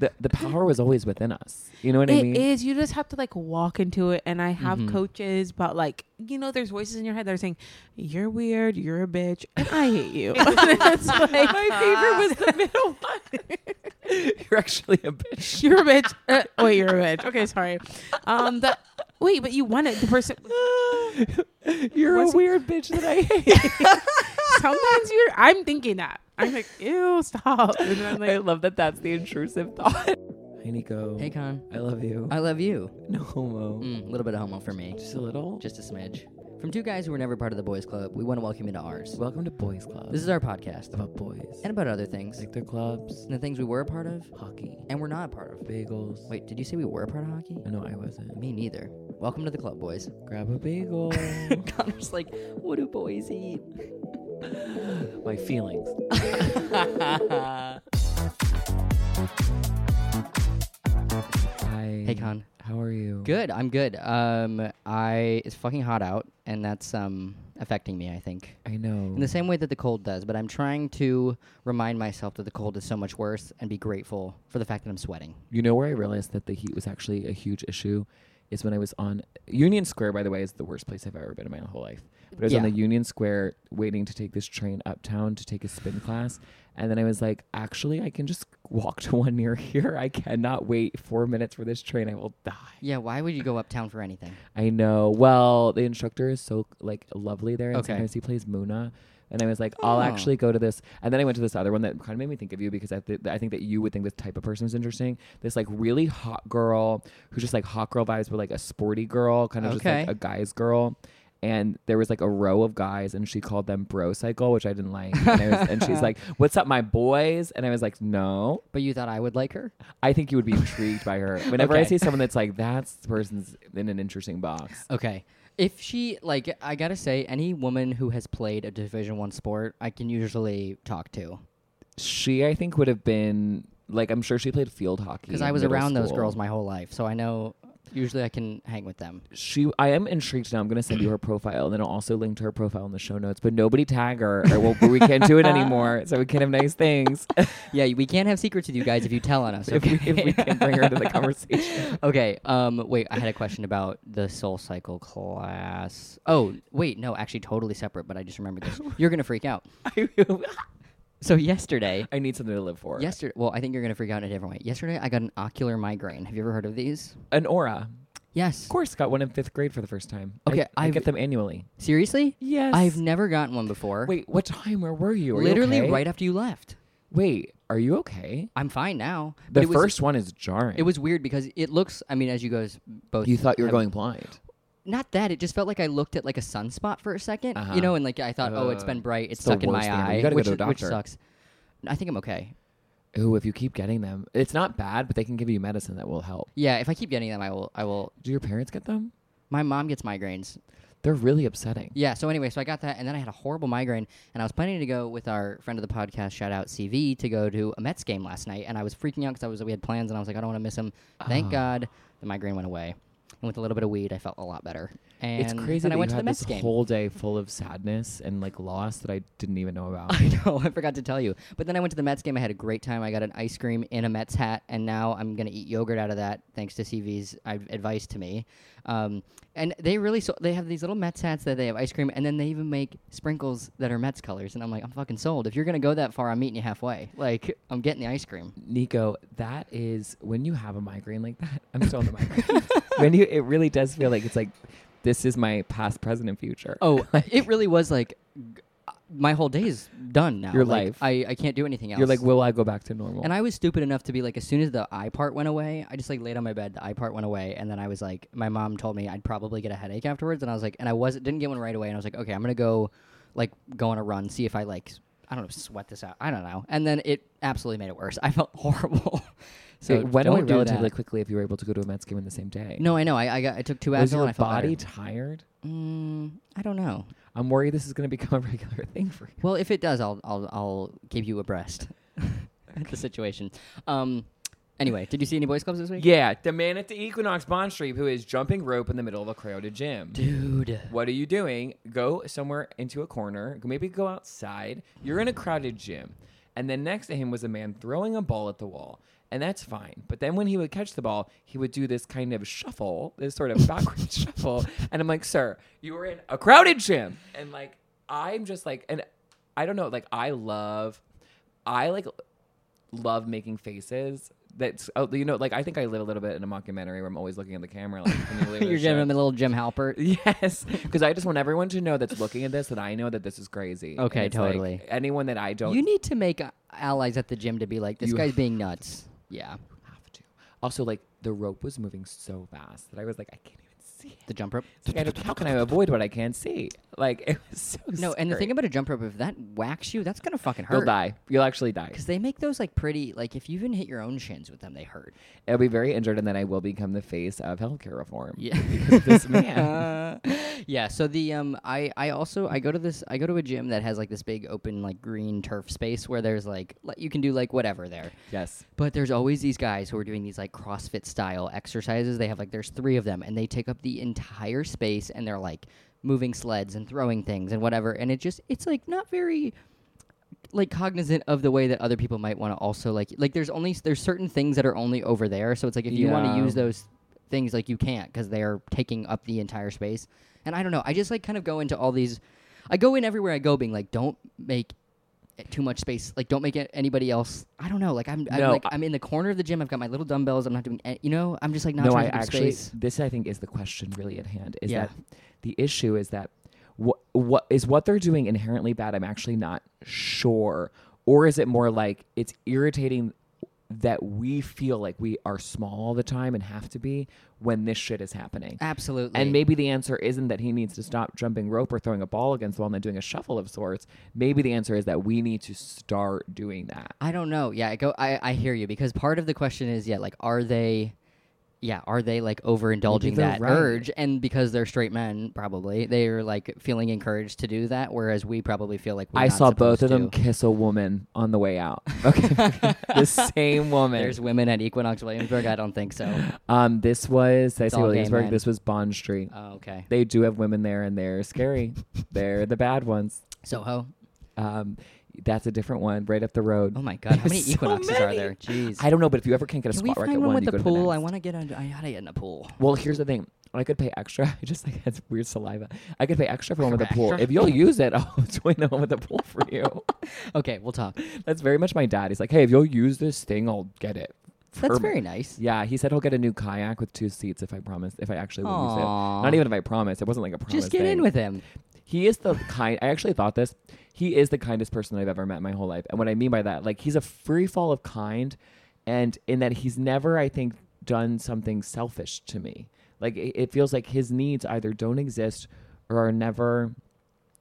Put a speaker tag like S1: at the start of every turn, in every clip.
S1: the, the power was always within us. You know what I
S2: It
S1: mean? Mm-hmm.
S2: is. You just have to like walk into it. And I have coaches, but like, you know, there's voices in your head that are saying, you're weird, you're a bitch, and I hate you. That's like, my favorite was the middle one.
S1: You're actually a bitch.
S2: you're a bitch. Uh, wait, you're a bitch. Okay, sorry. Um, the, wait, but you wanted the person.
S1: You're
S2: What's-
S1: a weird bitch that I hate.
S2: Sometimes you're, I'm thinking that. I'm like, ew, stop. And then I'm
S1: I
S2: like,
S1: love that that's the intrusive thought. Hey, Nico.
S3: Hey, Con.
S1: I love you.
S3: I Mm. love you.
S1: no homo.
S3: A little bit of homo for me.
S1: Just a little.
S3: Just a smidge. From two guys who were never part of the boys' club, we want to welcome you to ours.
S1: welcome to Boys Club.
S3: This is our podcast.
S1: about boys.
S3: And about other things.
S1: like their clubs,
S3: And the things we were a part of
S1: hockey,
S3: and we're not a part of.
S1: bagels.
S3: Wait, did you say we were a part of hockey?
S1: no, I wasn't.
S3: Me neither. Welcome to the club, boys.
S1: Grab a bagel.
S3: Connor's like, what do boys eat?
S1: My feelings. Hi.
S3: Hey, Con.
S1: How are you?
S3: Good. I'm good. Um, I it's fucking hot out, and that's um affecting me. I think
S1: I know.
S3: in the same way that the cold does, but I'm trying to remind myself that the cold is so much worse, and be grateful for the fact that I'm sweating.
S1: You know where I realized that the heat was actually a huge issue is when I was on Union Square. By the way, is the worst place I've ever been in my whole life. But I was on
S3: Yeah.
S1: the Union Square waiting to take this train uptown to take a spin class, and then I was like, actually, I can just walk to one near here. I cannot wait four minutes for this train. I will die.
S3: Yeah. Why would you go uptown for anything?
S1: I know. Well, the instructor is so like lovely there, and
S3: Okay.
S1: sometimes he plays Muna. And I was like, I'll
S3: Oh.
S1: actually go to this. And then I went to this other one that kind of made me think of you because I, th- I think that you would think this type of person was interesting. This like really hot girl who's just like hot girl vibes, but like a sporty girl, kind of just
S3: Okay.
S1: like a guy's girl. And there was like a row of guys, and she called them bro cycle, which I didn't like. And, I was, and she's like, "What's up, my boys?" And I was like, "No,
S3: But you thought I would like her?
S1: I think you would be intrigued by her." Whenever I
S3: Okay.
S1: see someone that's like, "That's the person's in an interesting box,"
S3: Okay. If she like, I gotta say, any woman who has played a Division One sport, I can usually talk to
S1: she I think would have been like I'm sure she played field hockey
S3: because
S1: in
S3: I was
S1: middle
S3: around those
S1: school.
S3: girls my whole life, so I know. Usually, I can hang with them.
S1: She I am intrigued now. I'm gonna send you her profile and then I'll also link to her profile in the show notes. But nobody tag her or we'll, we can't do it anymore. So we can't have nice things
S3: Yeah, we can't have secrets with you guys if you tell on us.
S1: if
S3: Okay?
S1: we if we can bring her into the conversation.
S3: okay. Um. Wait. I had a question about the Soul Cycle class. Oh, wait. No, actually, totally separate. But I just remembered this. You're gonna freak out. So yesterday,
S1: I need something to live for.
S3: yesterday. Well, I think you're gonna freak out in a different way. Yesterday, I got an ocular migraine. Have you ever heard of these?
S1: An aura.
S3: Yes.
S1: Of course got one in fifth grade for the first time.
S3: Okay,
S1: I, I
S3: I've-
S1: get them annually.
S3: Seriously?
S1: Yes.
S3: I've never gotten one before.
S1: Wait, what time? Where were you? Are you
S3: literally
S1: okay?
S3: right after you left.
S1: Wait, are you okay?
S3: I'm fine now.
S1: The
S3: it was,
S1: first one is jarring.
S3: It was weird because it looks. I mean, as you guys both.
S1: you thought you were
S3: have-
S1: going blind.
S3: Not that it just felt like I looked at like a sunspot for a 2nd
S1: Uh-huh.
S3: you know, and like I thought, oh, it's
S1: Uh,
S3: been bright, it's
S1: the
S3: stuck in
S1: worst
S3: my
S1: thing ever.
S3: eye,
S1: You gotta go
S3: which,
S1: to a
S3: which
S1: doctor.
S3: sucks. I think I'm okay.
S1: Ooh, if you keep getting them, it's not bad, but they can give you medicine that will help.
S3: Yeah, if I keep getting them, I will. I will.
S1: Do your parents get them?
S3: My mom gets migraines.
S1: They're really upsetting.
S3: Yeah. So anyway, so I got that, and then I had a horrible migraine, and I was planning to go with our friend of the podcast, shout out CV, to go to a Mets game last night, and I was freaking out because I was we had plans, and I was like, I don't want to miss him. Thank
S1: Oh.
S3: God, the migraine went away, and with a little bit of weed, I felt a lot better. And
S1: it's crazy
S3: Then
S1: that
S3: I went
S1: you
S3: to the
S1: had
S3: Mets
S1: this
S3: game.
S1: whole day full of sadness and like loss that I didn't even know about.
S3: I know, I forgot to tell you. But then I went to the Mets game. I had a great time. I got an ice cream in a Mets hat, and now I'm gonna eat yogurt out of that, thanks to CV's ad- advice to me. Um, and they really so they have these little Mets hats that they have ice cream, and then they even make sprinkles that are Mets colors. And I'm like, I'm fucking sold. If you're gonna go that far, I'm meeting you halfway. Like, I'm getting the ice cream.
S1: Nico, that is when you have a migraine like that. I'm still on the migraine. when you, it really does feel like it's like this is my past, present, and future.
S3: Oh, it really was like. g- uh, My whole day is done now.
S1: Your
S3: Like,
S1: life.
S3: I, I can't do anything else.
S1: you're like, will I go back to normal?
S3: And I was stupid enough to be like, as soon as the eye part went away, I just like laid on my bed. The eye part went away, and then I was like, my mom told me I'd probably get a headache afterwards, and I was like, and I was didn't get one right away, and I was like, okay, I'm gonna go, like, go on a run, see if I like, s- I don't know, sweat this out, I don't know. And then it absolutely made it worse. I felt horrible. so
S1: it went
S3: don't
S1: away
S3: do
S1: relatively
S3: that.
S1: quickly if you were able to go to a Mets game in the same day.
S3: No, I know. I I, got, I took two
S1: was
S3: Advil,
S1: your
S3: and I felt
S1: body
S3: better.
S1: tired?
S3: Mm, I don't know.
S1: I'm worried this is going to become a regular thing for you.
S3: Well, if it does, I'll I'll I'll keep you abreast at the situation. Um. Anyway, did you see any boys clubs this week?
S1: Yeah, the man at the Equinox Bond Street who is jumping rope in the middle of a crowded gym.
S3: Dude.
S1: What are you doing? Go somewhere into a corner. Maybe go outside. You're in a crowded gym. And then next to him was a man throwing a ball at the wall. and that's fine. But then when he would catch the ball, he would do this kind of shuffle, this sort of backward shuffle, and I'm like, "Sir, you were in a crowded gym," and like I'm just like, and I don't know, like I love, I like love making faces. That's oh, you know, like I think I live a little bit in a mockumentary where I'm always looking at the camera, like can you believe
S3: You're
S1: this
S3: giving
S1: shit?
S3: him a little Jim Halpert.
S1: Yes, because I just want everyone to know that's looking at this that I know that this is crazy. And
S3: Okay,
S1: it's like,
S3: totally.
S1: anyone that I don't
S3: You need to make uh, allies at the gym to be like, this
S1: You
S3: guy's being nuts. Yeah,
S1: have to. Also, like the rope was moving so fast that I was like, I can't even see it.
S3: the jump rope.
S1: It's like, I don't- how can I avoid what I can't see? Like it was so.
S3: No, and the thing
S1: scary.
S3: about a jump rope, if that whacks you, that's gonna fucking
S1: you'll
S3: hurt.
S1: die. You'll actually die.
S3: Because they make those like pretty, like if you even hit your own shins with them, they hurt.
S1: I'll be very injured, and then I will become the face of healthcare reform.
S3: Yeah.
S1: because of this man.
S3: yeah. So the um, I I also I go to this I go to a gym that has like this big open like green turf space where there's like li- you can do like whatever there.
S1: yes.
S3: But there's always these guys who are doing these like CrossFit style exercises. They have like there's three of them and they take up the entire space and they're like moving sleds and throwing things and whatever. And it just it's like not very like cognizant of the way that other people might want to also like like there's only there's certain things that are only over there. So it's like if you want
S1: Yeah.
S3: to use those things like you can't because they are taking up the entire space. And I don't know. I just like kind of go into all these. I go in everywhere I go being like, don't make it too much space. Like, don't make it anybody else. I don't know. Like, I'm, I'm
S1: No,
S3: like,
S1: I-
S3: I'm in the corner of the gym. I've got my little dumbbells. I'm not doing, any, you know, I'm just like not
S1: no, I
S3: trying to give
S1: actually.
S3: space.
S1: This I think is the question really at hand. Is
S3: Yeah.
S1: that the issue? Is that what what is what they're doing inherently bad? I'm actually not sure, or is it more like it's irritating that we feel like we are small all the time and have to be when this shit is happening.
S3: Absolutely.
S1: And maybe the answer isn't that he needs to stop jumping rope or throwing a ball against the wall and then doing a shuffle of sorts. Maybe the answer is that we need to start doing that.
S3: I don't know. Yeah, I go. I, I hear you because part of the question is, yeah, like, are they, yeah, are they like overindulging
S1: they're
S3: that
S1: right.
S3: urge? And because they're straight men, probably they're like feeling encouraged to do that, whereas we probably feel like we're
S1: I
S3: not
S1: saw both of
S3: supposed
S1: them
S3: to.
S1: kiss a woman on the way out. Okay. the same woman.
S3: There's women at Equinox Williamsburg. I don't think so.
S1: um, this was, did I say
S3: all gay
S1: Williamsburg?
S3: men.
S1: This was Bond Street.
S3: Oh, okay.
S1: They do have women there and they're scary. they're the bad ones.
S3: Soho.
S1: Um, that's a different one right up the road.
S3: Oh my God, how many
S1: So
S3: equinoxes are
S1: many.
S3: there? Jeez.
S1: I don't know, but if you ever can't get a
S3: Can we
S1: squat rack
S3: find
S1: at
S3: one,
S1: one,
S3: with
S1: you
S3: the
S1: go
S3: pool?
S1: to the
S3: I
S1: next.
S3: want to get. on- I gotta get in the pool.
S1: Well, here's the thing. I could pay extra. I just like had weird saliva. I could pay extra for one with a
S3: Extra.
S1: pool. If you'll use it, I'll join the one with a pool for you.
S3: Okay, we'll talk.
S1: That's very much my dad. He's like, hey, if you'll use this thing, I'll get it.
S3: That's
S1: for-
S3: very nice.
S1: Yeah, he said he'll get a new kayak with two seats if I promise. If I actually will use it,
S3: Aw.
S1: not even if I promise. It wasn't like a promise.
S3: Just get in
S1: thing.
S3: with him.
S1: He is the kind. I actually thought this. He is the kindest person I've ever met in my whole life. And what I mean by that, like he's a free fall of kind, and in that he's never, I think, done something selfish to me. Like it, it feels like his needs either don't exist or are never.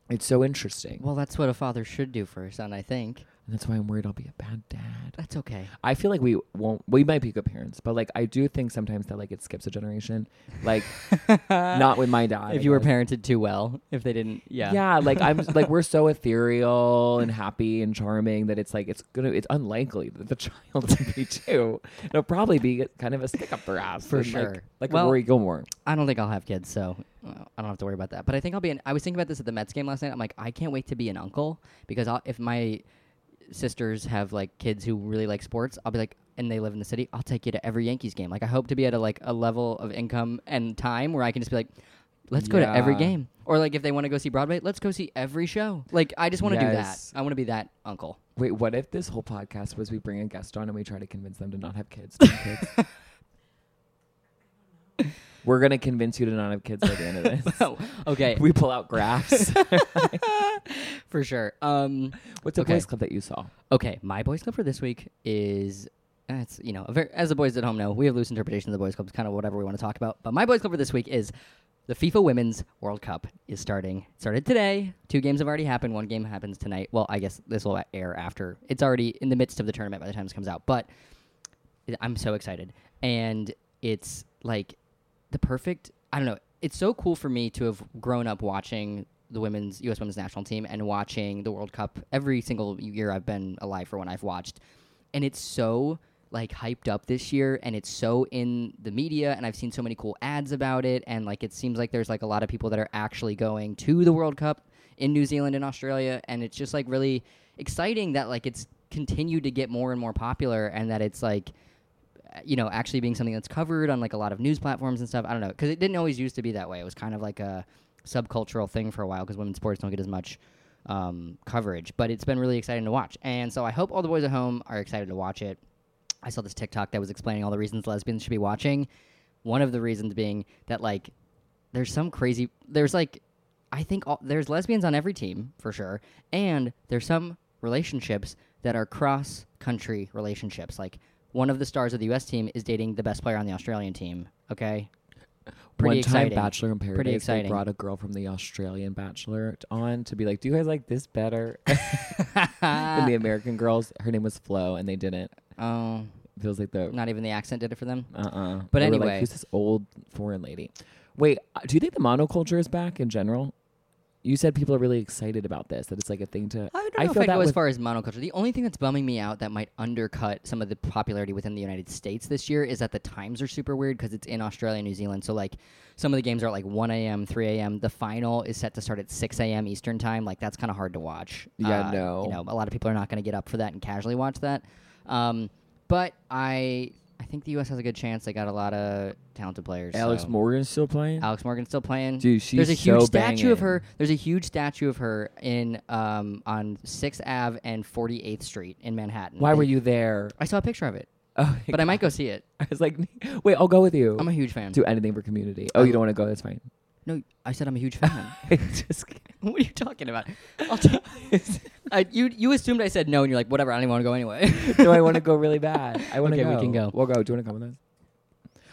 S1: It's so interesting.
S3: Well, that's what a father should do for his son, I think.
S1: and that's why I'm worried I'll be a bad dad.
S3: That's okay.
S1: I feel like we won't. We might be good parents, but like I do think sometimes that like it skips a generation. Like not with my dad.
S3: if
S1: I
S3: you were
S1: guess.
S3: parented too well, if they didn't, yeah.
S1: Yeah, like I'm like we're so ethereal and happy and charming that it's like it's gonna it's unlikely that the child would be too. It'll probably be kind of a stick up their ass
S3: For
S1: and, like-
S3: sure.
S1: like,
S3: Well-
S1: a Rory Gilmore.
S3: I don't think I'll have kids, so uh, I don't have to worry about that. But I think I'll be. An, I was thinking about this at the Mets game last night. I'm like, I can't wait to be an uncle because I'll, if my sisters have like kids who really like sports, I'll be like, and they live in the city, I'll take you to every Yankees game. Like, I hope to be at a like a level of income and time where I can just be like, let's go to every
S1: Yeah.
S3: game, or like if they want to go see Broadway, let's go see every show. Like, I just want to
S1: Yes.
S3: do that. I want to be that uncle.
S1: Wait, what if this whole podcast was we bring a guest on and we try to convince them to not have kids? to have kids? We're gonna convince you to not have kids by the end of this.
S3: Oh, okay,
S1: We pull out graphs.
S3: for sure. Um,
S1: What's a
S3: Okay.
S1: voice clip that you saw?
S3: Okay, my boys club for this week is that's you know a ver as the boys at home know we have loose interpretation of the boys club. It's kind of whatever we want to talk about. But my boys club for this week is the FIFA Women's World Cup is starting. It started today. Two games have already happened. One game happens tonight. Well, I guess this will air after. It's already in the midst of the tournament by the time this comes out. But it- I'm so excited. And it's like the perfect, I don't know, it's so cool for me to have grown up watching the women's US women's national team and watching the World Cup every single year I've been alive for when I've watched. And it's so like hyped up this year and it's so in the media and I've seen so many cool ads about it and like it seems like there's like a lot of people that are actually going to the World Cup in New Zealand and Australia, and it's just like really exciting that like it's continued to get more and more popular, and that it's like uh, you know, actually being something that's covered on like a lot of news platforms and stuff. I don't know because it didn't always used to be that way. It was kind of like a subcultural thing for a while because women's sports don't get as much um, coverage. But it's been really exciting to watch, and so I hope all the boys at home are excited to watch it. I saw this TikTok that was explaining all the reasons lesbians should be watching. One of the reasons being that like there's some crazy there's like I think all, there's lesbians on every team for sure, and there's some relationships that are cross country relationships. Like one of the stars of the U.S. team is dating the best player on the Australian team. Okay,
S1: One
S3: pretty
S1: time,
S3: exciting.
S1: Bachelor in Paradise, they
S3: exciting.
S1: brought a girl from the Australian Bachelor t- on to be like, "Do you guys like this better than
S3: Uh,
S1: the American girls?" Her name was Flo, and they didn't.
S3: oh,
S1: Feels like the
S3: not even the accent did it for them.
S1: uh uh
S3: But
S1: They were like,
S3: anyway.
S1: who's this old foreign lady? Wait, uh, do you think the monoculture is back in general? You said people are really excited about this. That it's like a thing to.
S3: I don't know if
S1: feel
S3: I'd
S1: that
S3: go as
S1: with-
S3: far as monoculture. The only thing that's bumming me out that might undercut some of the popularity within the United States this year is that the times are super weird because it's in Australia and New Zealand. So, like, some of the games are at like 1 a.m., 3 a.m. The final is set to start at 6 a.m. Eastern time. Like, that's kind of hard to watch.
S1: Yeah,
S3: Uh,
S1: no.
S3: You know, a lot of people are not going to get up for that and casually watch that. Um, but I, I think the U.S. has a good chance. They got a lot of talented players.
S1: Alex
S3: so-
S1: Morgan's still playing.
S3: Alex Morgan's still playing.
S1: Dude, she's
S3: There's a huge
S1: so
S3: statue of her.
S1: banging.
S3: There's a huge statue of her in um, on Sixth Ave and 48th Street in Manhattan.
S1: Why
S3: They-
S1: were you there?
S3: I saw a picture of it,
S1: Oh,
S3: but I might go see it.
S1: I was like, wait, I'll go with you.
S3: I'm a huge fan.
S1: do anything for community. Oh,
S3: Um,
S1: you don't want to go? That's fine.
S3: No, I said I'm a huge fan.
S1: Just
S3: what are you talking about? I'll take. I, you you assumed I said no, and you're like, whatever. I don't even want to go anyway.
S1: no, I want to go really bad. I want to
S3: Okay,
S1: go.
S3: we can go.
S1: We'll go. Do you want to come with us?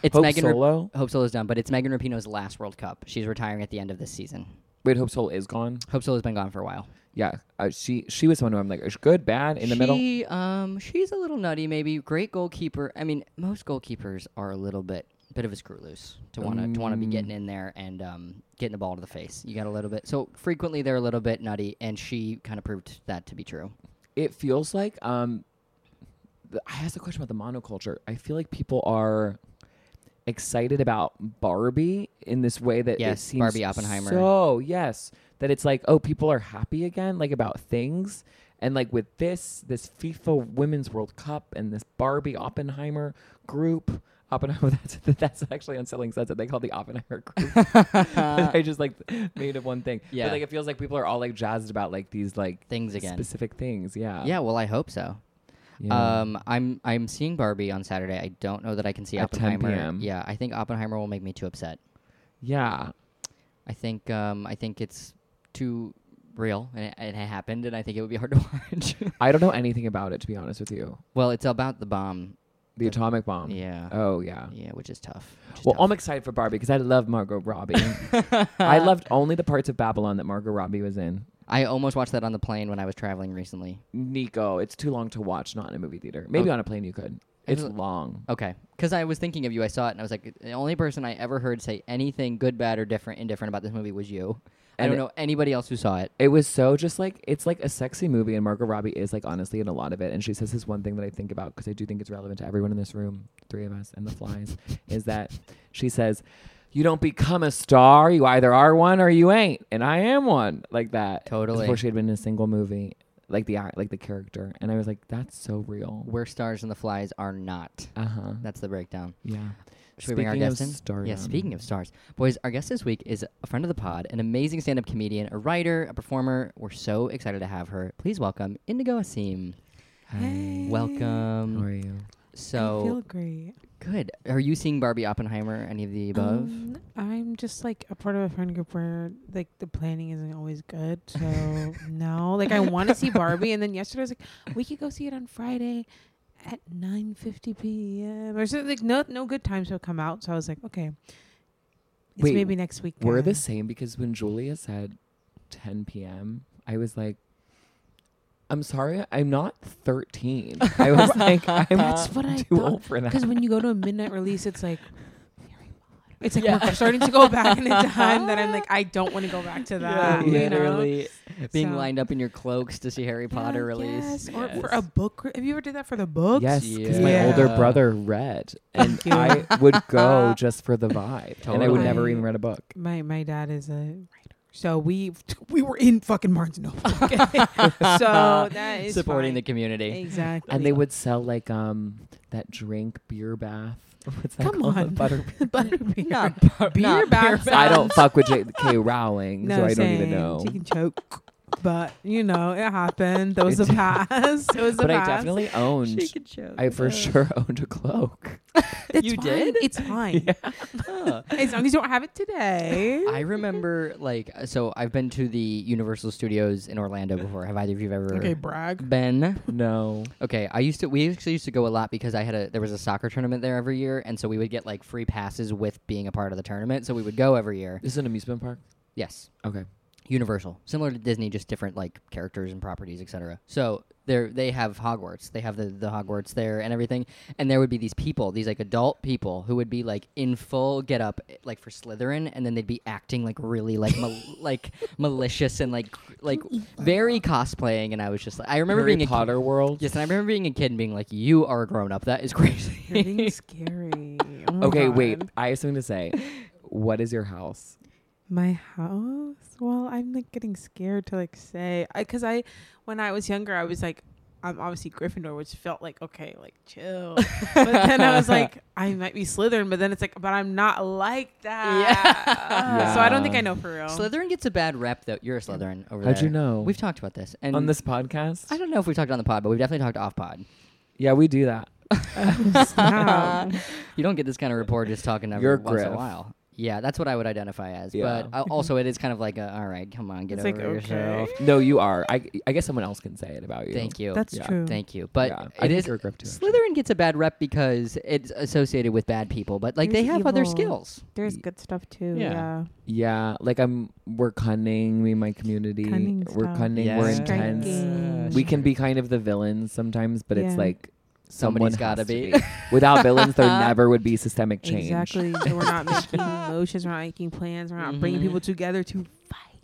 S3: it's
S1: Hope
S3: Megan. Rap-
S1: Solo.
S3: Hope Solo's done, but it's Megan Rapinoe's last World Cup. She's retiring at the end of this season.
S1: Wait, Hope Solo is gone.
S3: Hope Solo's been gone for a while.
S1: Yeah, uh, she she was someone who I'm like, is good, bad, in the middle.
S3: She, um, she's a little nutty, maybe. Great goalkeeper. I mean, most goalkeepers are a little bit, bit of a screw loose to want to, to want to be
S1: Mm.
S3: getting in there and um, getting the ball to the face. You got a little bit. So frequently they're a little bit nutty, and she kind of proved that to be true.
S1: It feels like um, the, I asked a question about the monoculture. I feel like people are excited about Barbie in this way that it
S3: Yes,
S1: seems
S3: Barbie Oppenheimer.
S1: So yes, that it's like, oh, people are happy again, like about things. And like with this, this FIFA Women's World Cup and this Barbie Oppenheimer group, Oppenheimer. That's that's actually on Selling Sunset. They call it the Oppenheimer group. I just like made it one thing.
S3: Yeah.
S1: But like it feels like people are all like jazzed about like these like
S3: Things again.
S1: specific things. Yeah.
S3: yeah, well, I hope so.
S1: uh, Yeah.
S3: Um, I'm I'm seeing Barbie on Saturday. I don't know that I can see
S1: At 10
S3: Oppenheimer.
S1: p.m..
S3: Yeah, I think Oppenheimer will make me too upset.
S1: yeah.
S3: I think um, I think it's too real and it, it happened, and I think it would be hard to watch.
S1: I don't know anything about it to be honest with you.
S3: well, it's about the bomb.
S1: The atomic bomb.
S3: Yeah.
S1: Oh yeah.
S3: Yeah, which is tough. Which is
S1: Well,
S3: tough.
S1: I'm excited for Barbie because I love Margot Robbie. I loved only the parts of Babylon that Margot Robbie was in.
S3: I almost watched that on the plane when I was traveling recently.
S1: Nico, it's too long to watch, not in a movie theater. Maybe
S3: Oh.
S1: on a plane you could. It's
S3: Actually-
S1: long.
S3: Okay, because I was thinking of you, I saw it, and I was like, the only person I ever heard say anything good, bad, or different, indifferent about this movie was you. I
S1: And
S3: don't
S1: it-
S3: know anybody else who saw it.
S1: It was so just like it's like a sexy movie, and Margot Robbie is like honestly in a lot of it. And she says this one thing that I think about because I do think it's relevant to everyone in this room, three of us, and the flies, is that she says, "You don't become a star. You either are one or you ain't." And I am one, like that.
S3: Totally.
S1: Before she had been in a single movie, like the act, like the character, and I was like, "That's so real."
S3: Where stars and the flies are not.
S1: Uh huh.
S3: That's the breakdown.
S1: Yeah.
S3: Should we bring our
S1: Speaking
S3: guest
S1: of
S3: in? Yeah,
S1: stardom.
S3: speaking of stars. Boys, our guest this week is a friend of the pod, an amazing stand up comedian, a writer, a performer. We're so excited to have her. Please welcome Indigo Asim.
S1: Hi.
S3: Welcome.
S1: How are you?
S3: So
S2: I feel great.
S3: Good. Are you seeing Barbie Oppenheimer? Any of the above?
S2: Um, I'm just like a part of a friend group where like the planning isn't always good. So no, like I want to see Barbie, and then yesterday I was like, we could go see it on Friday at 9:50 p.m. or something. Like no, no good times will come out. So I was like, okay, it's
S1: Wait,
S2: maybe next week.
S1: We're the
S2: guys.
S1: same because when Julia said 10 p.m., I was like, I'm sorry, I'm not 13. I was like, I'm
S2: That's what I
S1: too
S2: thought.
S1: old for that.
S2: Because when you go to a midnight release, it's like. Harry Potter. It's like
S3: Yeah.
S2: we're starting to go back in a time that I'm like I don't want to go back to that. you know?
S3: literally being
S2: So-
S3: lined up in your cloaks to see Harry
S2: Yeah,
S3: Potter release.
S2: yes, or for
S1: Yes.
S2: a book. re- Have you ever did that for the books?
S1: Yes, because my
S2: Yeah.
S1: older brother read, and
S2: Thank you.
S1: I would go just for the vibe, and I would never
S2: Totally.
S1: even read a book.
S2: My my dad is a writer, So we we were in fucking Barnes and Noble. Okay? so that is
S3: supporting the
S2: fine.
S3: community.
S2: exactly.
S1: And they would sell like um that drink beer bath. What's that
S2: Come
S1: called?
S2: on.
S1: butter.
S2: butterbeer.
S3: Not
S2: beer
S3: not
S2: baths.
S1: I don't fuck with J.K. Rowling,
S2: No,
S1: so I don't
S2: same.
S1: even know.
S2: She can choke. But you know, it happened. That was
S1: It
S2: a
S1: did.
S2: pass. It was a
S1: But I
S2: pass.
S1: definitely owned.
S3: could choke.
S1: I for sure owned a cloak.
S2: It's
S3: You
S2: fine.
S3: did?
S2: It's fine.
S3: Huh.
S2: As long as you don't have it today.
S3: I remember like so I've been to the Universal Studios in Orlando before. Have either of you ever
S2: okay, brag.
S3: been?
S1: No.
S3: Okay, I used to. We actually used to go a lot because I had a. There was a soccer tournament there every year, and so we would get like free passes with being a part of the tournament. So we would go every year.
S1: This is an amusement park.
S3: Yes,
S1: Okay.
S3: Universal, similar to Disney, just different like characters and properties, etc. So there, they have Hogwarts. They have the the Hogwarts there and everything. And there would be these people, these like adult people, who would be like in full get up, like for Slytherin, and then they'd be acting like really like mal- like malicious and like like very cosplaying. And I was just like, I remember
S1: Harry
S3: being a kid-
S1: Potter World.
S3: Yes, and I remember being a kid and being like, "You are a grown up. That is crazy."
S2: Everything's scary. Oh my
S1: Okay,
S2: God.
S1: wait. I have something to say. What is your house?
S2: My house? Well, I'm like getting scared to like say I cuz I when I was younger I was like I'm obviously Gryffindor, which felt like okay, like chill. but then I was like, I might be Slytherin, but then it's like, but I'm not like that.
S1: Yeah.
S2: So I don't think I know for real.
S3: Slytherin gets a bad rep, though. You're a Slytherin over there.
S1: How'd you know?
S3: We've talked about this, and
S1: on this podcast?
S3: I don't know if we've talked on the pod, but we've definitely talked off pod.
S1: yeah, we do that.
S2: Snap.
S3: You don't get this kind of report just talking every
S1: You're
S3: once in
S1: Griff.
S3: a while. Yeah, that's what I would identify as.
S1: Yeah.
S3: But I- also, it is kind of like a, all right, come on, get
S2: It's
S3: over
S2: like, okay.
S3: yourself.
S1: Oh, No, you are. I, I guess someone else can say it about you.
S3: Thank you.
S2: That's
S1: Yeah.
S2: true.
S3: Thank you. But
S1: Yeah, I
S3: it
S1: think
S3: is
S1: you're a Griff too, actually.
S3: Slytherin gets a bad rep because it's associated with bad people, but like they
S2: There's
S3: have other
S2: evil.
S3: skills.
S2: There's good stuff too.
S3: Yeah.
S2: Yeah.
S1: Yeah, like I'm. We're cunning. Me, and my community.
S2: Cunning
S1: we're
S2: stuff.
S1: cunning. We're
S2: Yes.
S1: intense.
S2: Striking.
S1: We can be kind of the villains sometimes, but it's
S2: Yeah.
S1: like someone
S3: Somebody's gotta
S1: has to
S3: be.
S1: Without villains, there never would be systemic change.
S2: Exactly. So we're not making motions. We're not making plans. We're not bringing
S3: Mhm.
S1: Mm-hmm.
S2: people together to fight.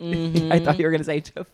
S1: I thought you were gonna say to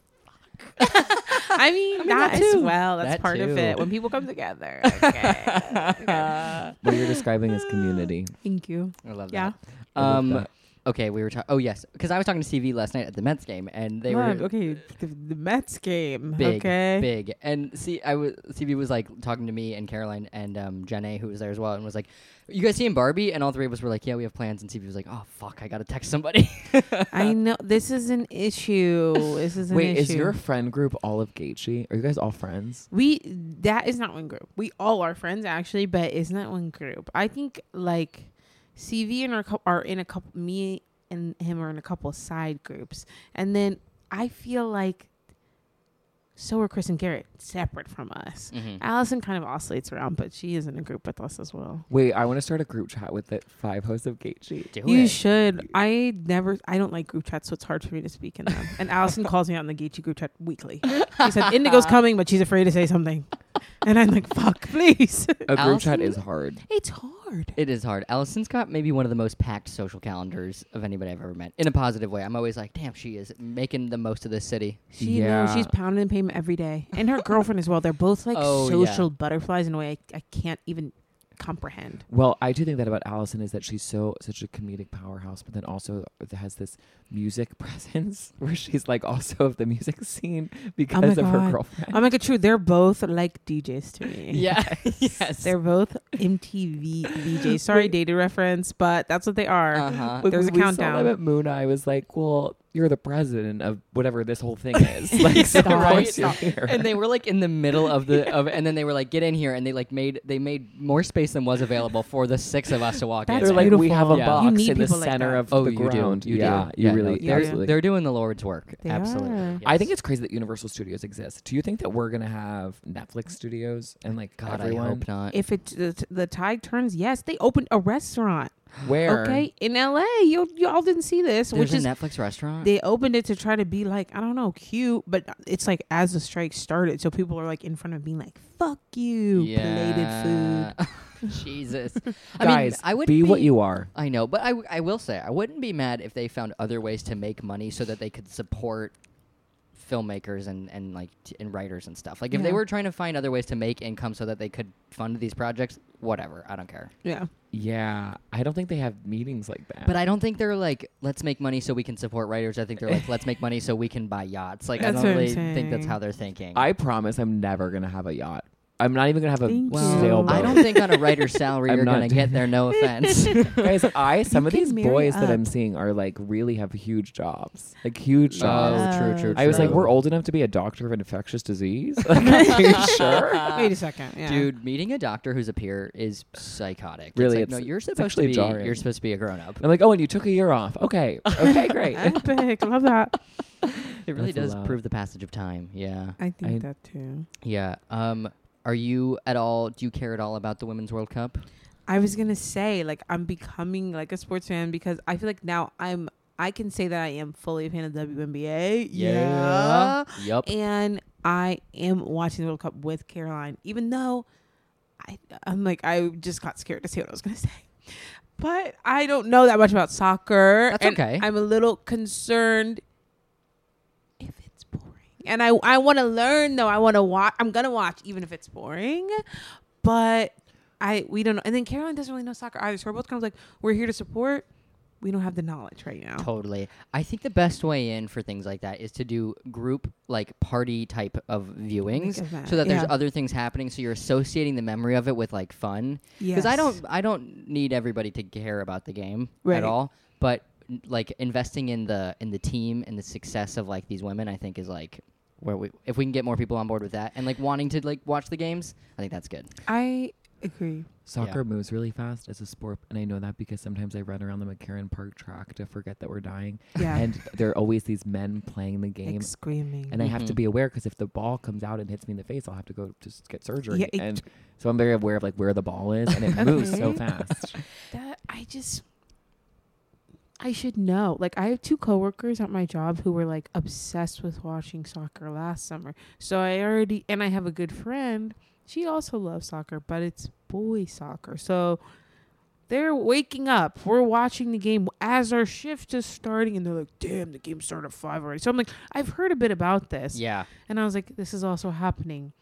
S3: Mm-hmm.
S2: I mean, not
S3: that
S2: as
S3: too.
S2: well. That's
S3: That
S2: part
S3: too.
S2: of it. When people come together. Okay. Okay.
S1: what you're describing as community.
S2: Thank you.
S3: I love
S2: Yeah.
S3: that.
S1: I love
S3: Um,
S1: that.
S3: Okay, we were talking. Oh yes, because I was talking to CV last night at the Mets game, and they
S2: Love,
S3: were
S2: okay. The, the Mets game.
S3: big,
S2: okay.
S3: big. And see, I was CV was like talking to me and Caroline and um, Jenna, who was there as well, and was like, "You guys seeing Barbie?" And all three of us were like, "Yeah, we have plans." And CV was like, "Oh fuck, I gotta text somebody."
S2: I know this is an issue. This is an
S1: Wait,
S2: issue.
S1: is your friend group all of Gaethje? Are you guys all friends?
S2: we that is not one group. We all are friends actually, but it's not one group. I think like CV and our cou- are in a couple. Me and him are in a couple side groups, and then I feel like so are Chris and Garrett separate from us.
S3: Mhm.
S2: Allison kind of oscillates around, but she is in a group with us as well.
S1: Wait, I want to start a group chat with the five hosts of Gaethje.
S3: Do
S2: you
S3: it.
S2: should. I never. I don't like group chats, so it's hard for me to speak in them. And Allison calls me out in the Geechee group chat weekly. She said Indigo's coming, but she's afraid to say something. And I'm like, fuck, please.
S1: A group chat
S3: Allison?
S1: is hard.
S2: it's hard.
S3: It is hard. Allison's got maybe one of the most packed social calendars of anybody I've ever met in a positive way. I'm always like, "Damn, she is making the most of this city."
S2: She knows
S1: Yeah.
S2: she's pounding the pavement every day, and her girlfriend as well. They're both like
S3: Oh, yeah.
S2: social butterflies in a way I, I can't even comprehend.
S1: Well, I do think that about Allison is that she's so such a comedic powerhouse, but then also has this music presence where she's like also of the music scene because of her
S2: Oh God. Um,
S1: girlfriend.
S2: I'm like, it's true. They're both like DJs to me.
S3: Yeah. yes.
S2: They're both MTV DJs. Sorry, dated reference, but that's what they are.
S3: Uh-huh.
S1: When
S2: There's
S1: we-
S2: a
S1: we Saw
S2: countdown.
S1: them at Moon, I was like, "Well, you're the president of whatever this whole thing is. Like, so of
S3: right.
S1: course you're here.
S3: and they were like in the middle of the of, and then they were like, "Get in here!" And they like made they made more space than was available for the six of us to walk
S2: That's
S1: They're
S3: in.
S1: like, we
S2: beautiful.
S1: have a
S3: Yeah. You
S1: box
S2: need
S1: in the
S2: people like
S1: center
S2: that.
S1: of
S3: Oh,
S1: the
S3: you do.
S1: ground.
S3: You do.
S1: yeah, you
S3: Yeah,
S1: really.
S3: no, they're,
S2: Yeah.
S1: absolutely.
S3: they're doing the Lord's work.
S2: They
S3: Absolutely.
S2: are.
S3: Yes.
S1: I think it's crazy that Universal Studios exists. Do you think that we're gonna have Netflix studios and like
S3: God.
S1: everyone?
S3: I hope not.
S2: If it the, the tide turns, yes, they opened a restaurant.
S1: Where?
S2: Okay, in L.A. You y'all didn't see this,
S3: There's
S2: which
S3: a
S2: is
S3: Netflix restaurant.
S2: they opened it to try to be like I don't know cute, but it's like as the strike started, so people are like in front of being like "fuck you," plated food.
S3: food. Jesus. I
S1: Guys,
S3: mean, I would
S1: be what you are.
S3: I know, but I, w- I will say I wouldn't be mad if they found other ways to make money so that they could support filmmakers and and like t- and writers and stuff. Like if they
S2: Yeah.
S3: were trying to find other ways to make income so that they could fund these projects, whatever, I don't care.
S2: Yeah.
S1: Yeah, I don't think they have meetings like that.
S3: But I don't think they're like let's make money so we can support writers. I think they're like let's make money so we can buy yachts. Like
S2: That's
S3: I
S2: what
S3: don't
S2: I'm
S3: really think that's
S2: saying.
S3: how they're thinking.
S1: I promise I'm never gonna have a yacht. I'm not even gonna have a
S2: Thank
S3: well,
S1: sailboat.
S3: I don't think on a writer's salary
S1: I'm
S3: you're
S1: not
S3: gonna get there. No offense.
S1: Guys, I some of
S2: can
S1: these
S2: marry
S1: boys that
S2: up.
S1: I'm seeing are like really have huge jobs, like huge jobs.
S3: Oh, true, true, true.
S1: I was like, we're old enough to be a doctor of infectious disease. Like, are you sure?
S2: Wait a second. Yeah.
S3: Dude, meeting a doctor who's a peer is psychotic.
S1: Really,
S3: it's like,
S1: it's-
S3: no, you're
S1: it's
S3: supposed to
S1: actually
S3: be
S1: jarring.
S3: you're supposed to be a grown up.
S1: I'm like, oh, and you took a year off. Okay, okay, great.
S2: Epic. Love that.
S3: It really
S1: That's
S3: does
S1: allowed.
S3: prove the passage of time. Yeah,
S2: I think
S1: I-
S2: that too.
S3: yeah. Um, are you at all? Do you care at all about the Women's World Cup?
S2: I was gonna say like I'm becoming like a sports fan because I feel like now I'm I can say that I am fully a fan of WNBA. Yeah.
S3: Yep.
S2: And I am watching the World Cup with Caroline, even though I I'm like I just got scared to say what I was gonna say. But I don't know that much about soccer.
S3: That's
S2: and
S3: okay.
S2: I'm a little concerned if it's boring. And I I wanna learn though. I wanna watch I'm gonna watch even if it's boring. But I we don't know and then Caroline doesn't really know soccer either. So we're both kind of like, we're here to support. We don't have the knowledge right now.
S3: Totally. I think the best way in for things like that is to do group like party type of viewings
S2: of that,
S3: so that there's
S2: yeah.
S3: other things happening so you're associating the memory of it with like fun. Cuz I
S2: Yes.
S3: don't I don't need everybody to care about the game
S2: Right.
S3: at all, but n- like investing in the in the team and the success of like these women I think is like where we if we can get more people on board with that and like wanting to like watch the games, I think that's good.
S2: I agree.
S1: Soccer moves really fast as a sport, and I know that because sometimes I run around the McCarran Park track to forget that we're dying.
S2: Yeah.
S1: And there are always these men playing the game.
S2: Like screaming.
S1: and I have to
S3: Mhm.
S1: be aware because if the ball comes out and hits me in the face, I'll have to go to s- get surgery.
S2: Yeah, it-
S1: and so I'm very aware of like where the ball is, and it moves so
S2: Okay.
S1: fast.
S2: that I just I should know. Like I have two coworkers at my job who were like obsessed with watching soccer last summer. So I already and I have a good friend. She also loves soccer, but it's boy soccer. So they're waking up. We're watching the game as our shift is starting, and they're like, "Damn, the game started at five already." So I'm like, "I've heard a bit about this."
S3: Yeah.
S2: And I was like, this is also happening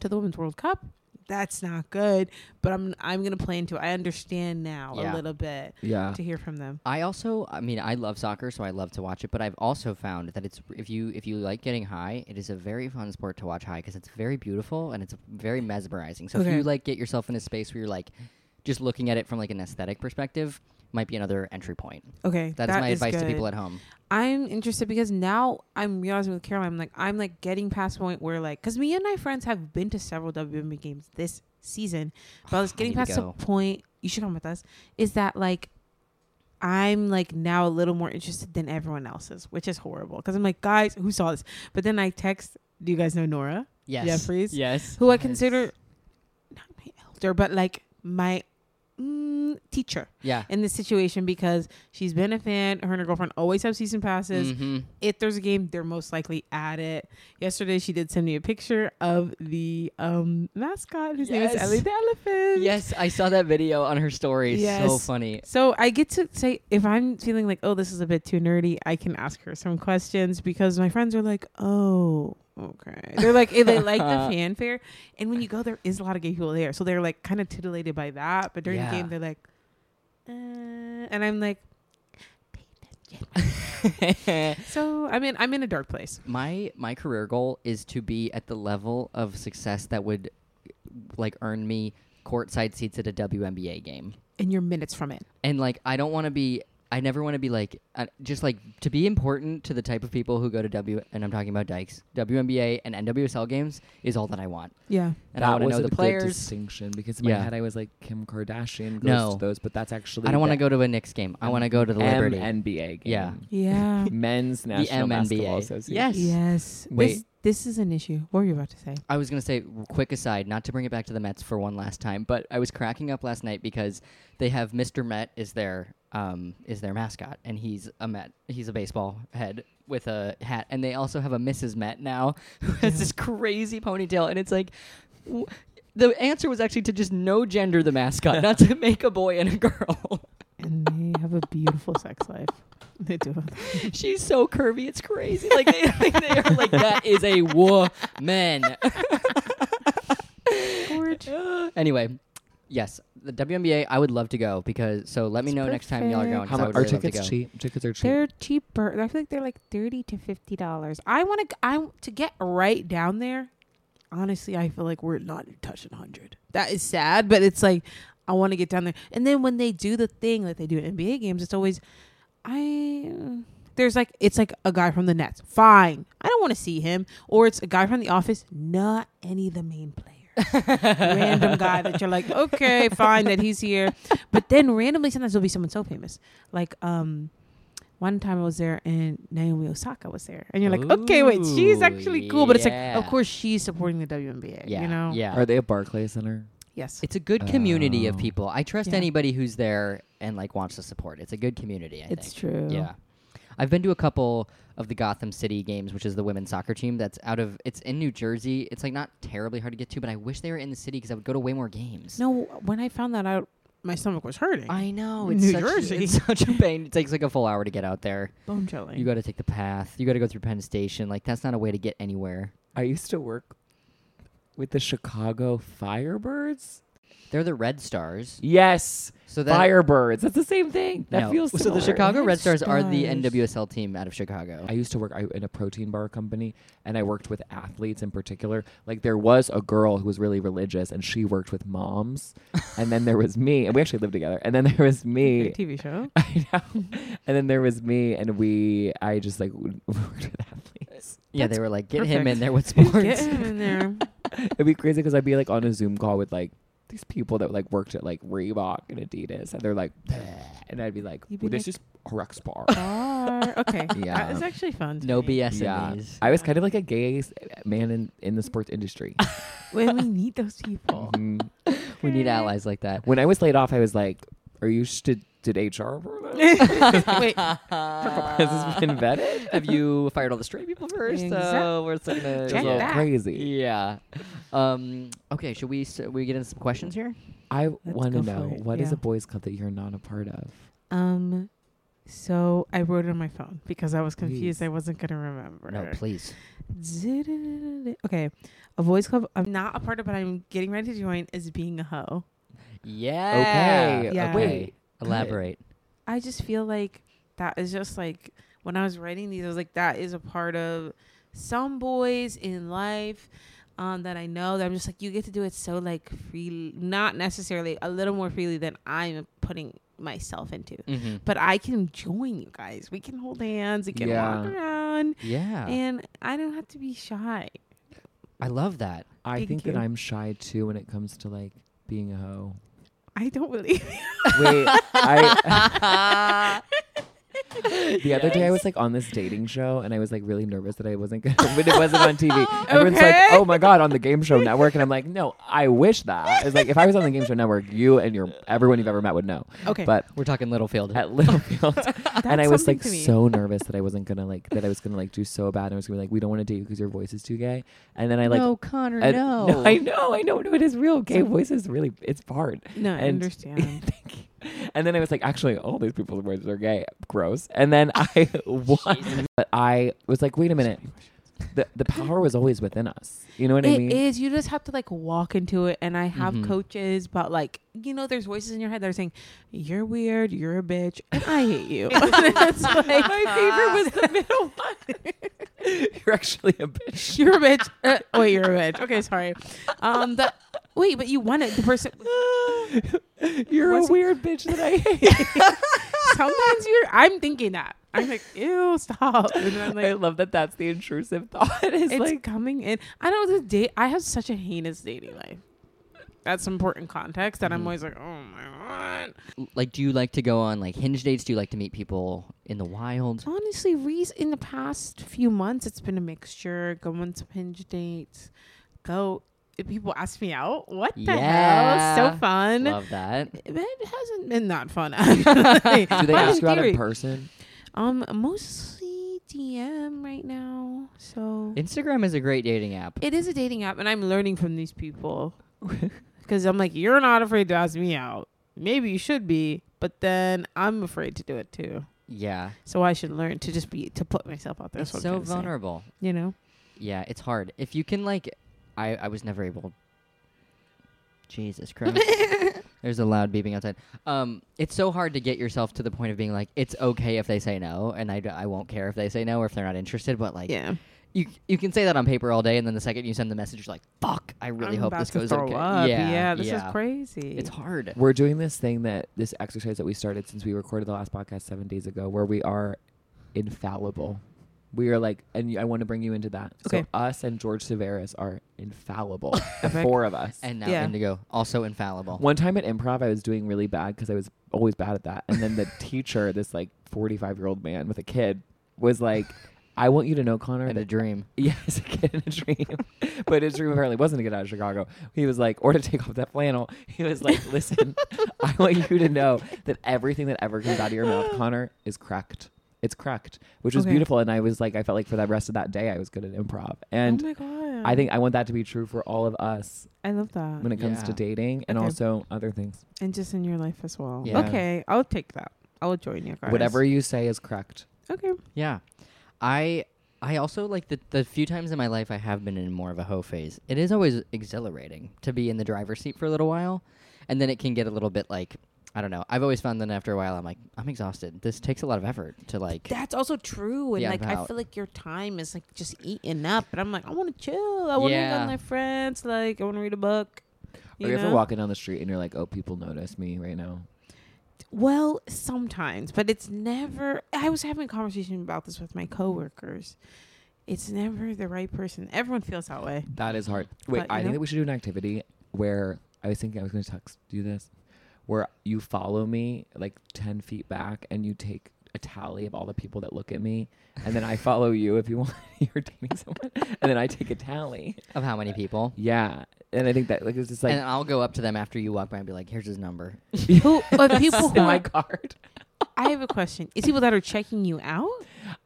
S2: to the Women's World Cup. That's not good, but I'm I'm gonna play into it. I understand now
S3: Yeah.
S2: a
S3: Uh.
S2: little bit
S1: Yeah.
S2: to hear from them.
S3: I also, I mean, I love soccer, so I love to watch it. But I've also found that it's if you if you like getting high, it is a very fun sport to watch high because it's very beautiful and it's very mesmerizing. So if
S2: Okay.
S3: you like get yourself in a space where you're like just looking at it from like an aesthetic perspective, might be another entry point.
S2: Okay,
S3: That's my advice to people at home.
S2: I'm interested because now I'm realizing with Caroline, I'm like I'm like getting past the point where like because me and my friends have been to several WNBA games this season, but I was
S3: I
S2: getting
S3: need to
S2: past the
S3: go.
S2: point. You should come with us. Is that like I'm like now a little more interested than everyone else's, which is horrible because I'm like guys who saw this, but then I text. Do you guys know Nora?
S3: Yes.
S2: Jeffries,
S3: Yes.
S2: who I consider not my elder, but like my mm, teacher
S3: Yeah.
S2: in this situation because she's been a fan. Her and her girlfriend always have season passes.
S3: Mhm.
S2: If there's a game, they're most likely at it. Yesterday, she did send me a picture of the um, mascot whose name is
S3: Yes.
S2: Ellie the elephant.
S3: Yes, I saw that video on her story. So
S2: Yes.
S3: funny.
S2: So I get to say if I'm feeling like, oh, this is a bit too nerdy, I can ask her some questions because my friends are like, oh, okay. They're like, eh, they like the fanfare, and when you go, there is a lot of gay people there, so they're like kind of titillated by that. But during
S3: Yeah.
S2: the game, they're like, uh, and I'm like, pay attention. so I mean, I'm in a dark place.
S3: my my career goal is to be at the level of success that would like earn me courtside seats at a WNBA game.
S2: And you're minutes from it.
S3: And like I don't want to be I never want to be like uh, just like to be important to the type of people who go to W and I'm talking about Dykes. WNBA and NWSL games is all that I want.
S2: Yeah.
S3: And I want to know the
S1: good
S3: players.
S1: distinction because in my
S3: Yeah.
S1: head I was like Kim Kardashian goes
S3: No.
S1: to those, but that's actually
S3: I don't want to
S1: the
S3: go to a Knicks game. I want to go to the Liberty.
S1: MNBA game.
S3: Yeah.
S2: Yeah.
S1: Men's National Basketball
S3: MNBA.
S1: Association.
S3: Yes.
S2: yes.
S1: Wait.
S2: This, this is an issue. What were you about to say?
S3: I was going to say, r- quick aside, not to bring it back to the Mets for one last time, but I was cracking up last night because they have Mr. Met is their um, is their mascot, and he's a Met. He's a baseball head with a hat, and they also have a Mrs. Met now who has this crazy ponytail, and it's like. W- the answer was actually to just no gender the mascot, not to make a boy and a girl.
S2: And they have a beautiful sex life. They do.
S3: She's so curvy, it's crazy. Like they, like, they are like that is a woman.
S2: Gorge.
S3: anyway, yes, the WNBA. I would love to go because so let me
S2: It's
S3: know next time y'all are going.
S2: perfect.
S3: 'cause I would
S1: are
S3: really love to
S1: tickets
S3: go.
S1: cheap? Tickets are cheap.
S2: They're cheaper. I feel like they're like thirty to fifty dollars. I want to. I to get right down there. Honestly, I feel like we're not touching hundred. That is sad, but it's like I want to get down there. And then when they do the thing like they do in NBA games, it's always I. There's like it's like a guy from the Nets. Fine, I don't want to see him. Or it's a guy from the office. Not any of the main players. Random guy that you're like, okay, fine that he's here. But then randomly, sometimes there'll be someone so famous, like um, one time I was there and Naomi Osaka was there, and you're like, okay, wait, she's
S3: Ooh,
S2: actually cool, but it's like, of
S3: yeah.
S2: course, she's supporting the WNBA.
S3: Yeah,
S2: you know,
S3: yeah.
S1: Are they at Barclays Center?
S2: yes,
S3: It's a good community of
S1: Oh.
S3: people. I trust
S2: Yeah.
S3: anybody who's there and like wants to support. It's a good community. I
S2: it's
S3: think.
S2: true.
S3: Yeah. I've been to a couple of the Gotham City games, which is the women's soccer team that's out of it's in New Jersey. It's like not terribly hard to get to, but I wish they were in the city because I would go to way more games.
S2: No, when I found that out, my stomach was hurting.
S3: I know it's
S2: New
S3: such,
S2: Jersey.
S3: It's such a pain. It takes like a full hour to get out there.
S2: Bone chilling.
S3: You got to take the path. You got to go through Penn Station. Like that's not a way to get anywhere.
S1: I used to work with the Chicago Firebirds.
S3: They're the Red Stars.
S1: Yes,
S3: So that
S1: Firebirds. That's the same thing. That
S3: no.
S1: feels
S3: so.
S1: similar.
S3: The Chicago
S2: Red
S3: Red Stars, are the
S2: Stars.
S3: NWSL team out of Chicago.
S1: I used to work I, in a protein bar company, and I worked with athletes in particular. Like there was a girl who was really religious, and she worked with moms. and then there was me, and we actually lived together. And then there was me.
S2: TV show.
S1: I know. and then there was me, and we. I just like worked with athletes.
S3: yeah,
S2: That's
S3: they were like, get him in
S2: perfect.
S3: there with sports.
S2: Get him in there.
S1: It'd be crazy because I'd be like on a Zoom call with like these people that like worked at like Reebok and Adidas, and they're like, and I'd be like,
S2: You'd be
S1: well, this
S2: like-
S1: is Rex Bar.
S2: Bar. Okay.
S1: Yeah.
S2: Uh, it's actually fun. to
S3: no
S2: me.
S3: BS
S1: yeah,
S3: in these.
S1: I was kind of like a gay s- man in, in the sports industry.
S2: When we need those people.
S1: Mhm.
S3: We need allies like that.
S1: When I was laid off, I was like, "Are you sh- did, did HR approve that?
S2: Wait,
S1: Has this been vetted?"
S3: Have you fired all the straight people first?
S2: Exact-
S3: So we're just gonna
S1: It was a
S2: Check
S1: little
S2: that.
S1: crazy.
S3: Yeah. Um, okay. Should we s we get into some questions here?
S1: I want to
S2: go for
S1: know what
S2: it,
S1: is
S2: yeah.
S1: a boys' club that you're not a part of?
S2: um, so I wrote it on my phone because I was confused.
S1: Please.
S2: I wasn't gonna remember.
S3: No, please.
S2: Okay, a voice club I'm not a part of, but I'm getting ready to join is being a hoe.
S3: Yeah.
S1: Okay.
S2: Yeah.
S1: Wait.
S3: Elaborate.
S2: I just feel like that is just like when I was writing these, I was like, that is a part of some boys in life um, that I know that I'm just like, you get to do it so like freely, not necessarily a little more freely than I'm putting myself into.
S3: Mm-hmm.
S2: But I can join you guys. We can hold hands. We can walk
S1: Yeah.
S2: around,
S3: Yeah.
S2: and I don't have to be shy.
S3: I love that.
S1: I
S2: Thank
S1: think
S2: you.
S1: that I'm shy too when it comes to like being a hoe.
S2: I don't believe.
S1: Wait, I, the other day I was like on this dating show and I was like really nervous that I wasn't gonna, but it wasn't on TV. Everyone's
S2: Okay.
S1: like, oh my God, on the Game Show Network. And I'm like, no, I wish that. It's like, if I was on the Game Show Network, you and your everyone you've ever met would know.
S2: Okay,
S1: But
S3: We're talking Littlefield.
S1: at Littlefield, and I was
S2: something
S1: like
S2: to me.
S1: so nervous that I wasn't gonna like, that I was gonna like do so bad. And I was gonna be like, we don't wanna date you because your voice is too gay. And then I like,
S3: no, Connor.
S1: I-
S3: no.
S1: I know, I know, no, it is real. Gay voice is really, it's hard.
S2: no, I
S1: and-
S2: understand.
S1: Thank you. And then I was like, actually, all these people's voices are gay. Gross. And then I won. But I was like, wait a minute. The, the power was always within us. You know what
S2: It is.
S1: I mean? Mm-hmm.
S2: You just have to like walk into it. And I have
S3: Mhm.
S2: coaches, but like, you know, there's voices in your head that are saying, you're weird, you're a bitch, and I hate you. That's like, my favorite was the middle one.
S1: You're actually a bitch.
S2: you're a bitch. Uh, wait, you're a bitch. Okay, sorry. Um, the, wait, but you won it. The person,
S1: You're
S2: Was-
S1: a weird bitch that I hate.
S2: sometimes you're, I'm thinking that. I'm like, ew, stop. And then I'm like,
S1: I love that that's the intrusive thought. It's,
S2: it's
S1: like,
S2: coming in. I don't know, the date. I have such a heinous dating life. That's important context that I'm always like, oh my god.
S3: Like, do you like to go on like hinge dates? Do you like to meet people in the wild?
S2: Honestly, Reese, in the past few months, it's been a mixture. Go on some hinge dates. Go. If people ask me out, what the hell?
S3: Yeah.
S2: So fun.
S3: Love that.
S2: It hasn't been that fun. actually.
S1: do they
S2: But
S1: ask you out in
S2: theory-
S1: person?
S2: Um, mostly DM right now. So
S3: Instagram is a great dating app.
S2: it is a dating app, and I'm learning from these people because I'm like, you're not afraid to ask me out. Maybe you should be, but then I'm afraid to do it too.
S3: Yeah.
S2: So I should learn to just be to put myself out there. That's
S3: it's
S2: what
S3: so
S2: I'm trying to say.
S3: vulnerable.
S2: You know.
S3: Yeah, it's hard. If you can like I I was never able Jesus Christ. There's a loud beeping outside. Um it's so hard to get yourself to the point of being like it's okay if they say no and I, d- I won't care if they say no or if they're not interested but like
S2: Yeah.
S3: you you can say that on paper all day and then the second you send the message you're like fuck I really
S2: I'm
S3: hope
S2: about
S3: this
S2: to
S3: goes
S2: throw
S3: okay.
S2: up.
S3: Yeah.
S2: This
S3: yeah.
S2: is crazy.
S3: It's hard.
S1: We're doing this thing that this exercise that we started since we recorded the last podcast seven days ago, where we are infallible. We are like, and y- I want to bring you into that.
S2: Okay.
S1: So us and George Severis are infallible. the
S2: Epic.
S1: four of us.
S3: And now
S2: Yeah.
S3: Indigo also infallible.
S1: One time at improv, I was doing really bad because I was always bad at that. And then the teacher, this like 45 year old man with a kid, was like, I want you to know, Connor,
S3: and a
S1: that
S3: dream.
S1: yeah, it's a kid in a dream. but his dream apparently wasn't to get out of Chicago. He was like, or to take off that flannel. He was like, listen, I want you to know that everything that ever comes out of your mouth, Connor, is cracked. It's cracked, which was
S2: Okay.
S1: beautiful. And I was like, I felt like for the rest of that day, I was good at improv. And
S2: oh my god.
S1: I think I want that to be true for all of us
S2: I love that.
S1: when it comes to
S3: Yeah.
S1: dating and
S2: Uh, Okay.
S1: also other things.
S2: and just in your life as well.
S3: Yeah.
S2: Okay, I'll take that. I'll join you guys.
S1: Whatever you say is cracked.
S2: Okay.
S3: Yeah. I I also like the the few times in my life I have been in more of a hoe phase. It is always exhilarating to be in the driver's seat for a little while and then it can get a little bit like I don't know. I've always found that after a while I'm like I'm exhausted. This takes a lot of effort to like
S2: That's also true. And
S3: Yeah,
S2: like I
S3: about-
S2: feel like your time is like just eating up. And I'm like, I want to chill. I want to hang out
S3: Yeah.
S2: with my friends. Like I want to read a book.
S1: Or
S2: You
S1: if
S2: know?
S1: you're walking down the street and you're like, oh, people notice me right now.
S2: Well, sometimes, but it's never. I was having a conversation about this with my coworkers. It's never the right person. Everyone feels that way.
S1: That is hard. Wait,
S2: But, you
S1: I
S2: know-
S1: think that we should do an activity where I was thinking I was going to text do this, where you follow me like ten feet back and you take a tally of all the people that look at me, and then I follow you if you want. You're dating someone, and then I take a tally.
S3: of how many people.
S1: Yeah, and I think that like it's just like
S3: and I'll go up to them after you walk by and be like, "Here's his number."
S2: Who of people who
S1: in my
S2: are,
S1: card.
S2: I have a question. Is people that are checking you out,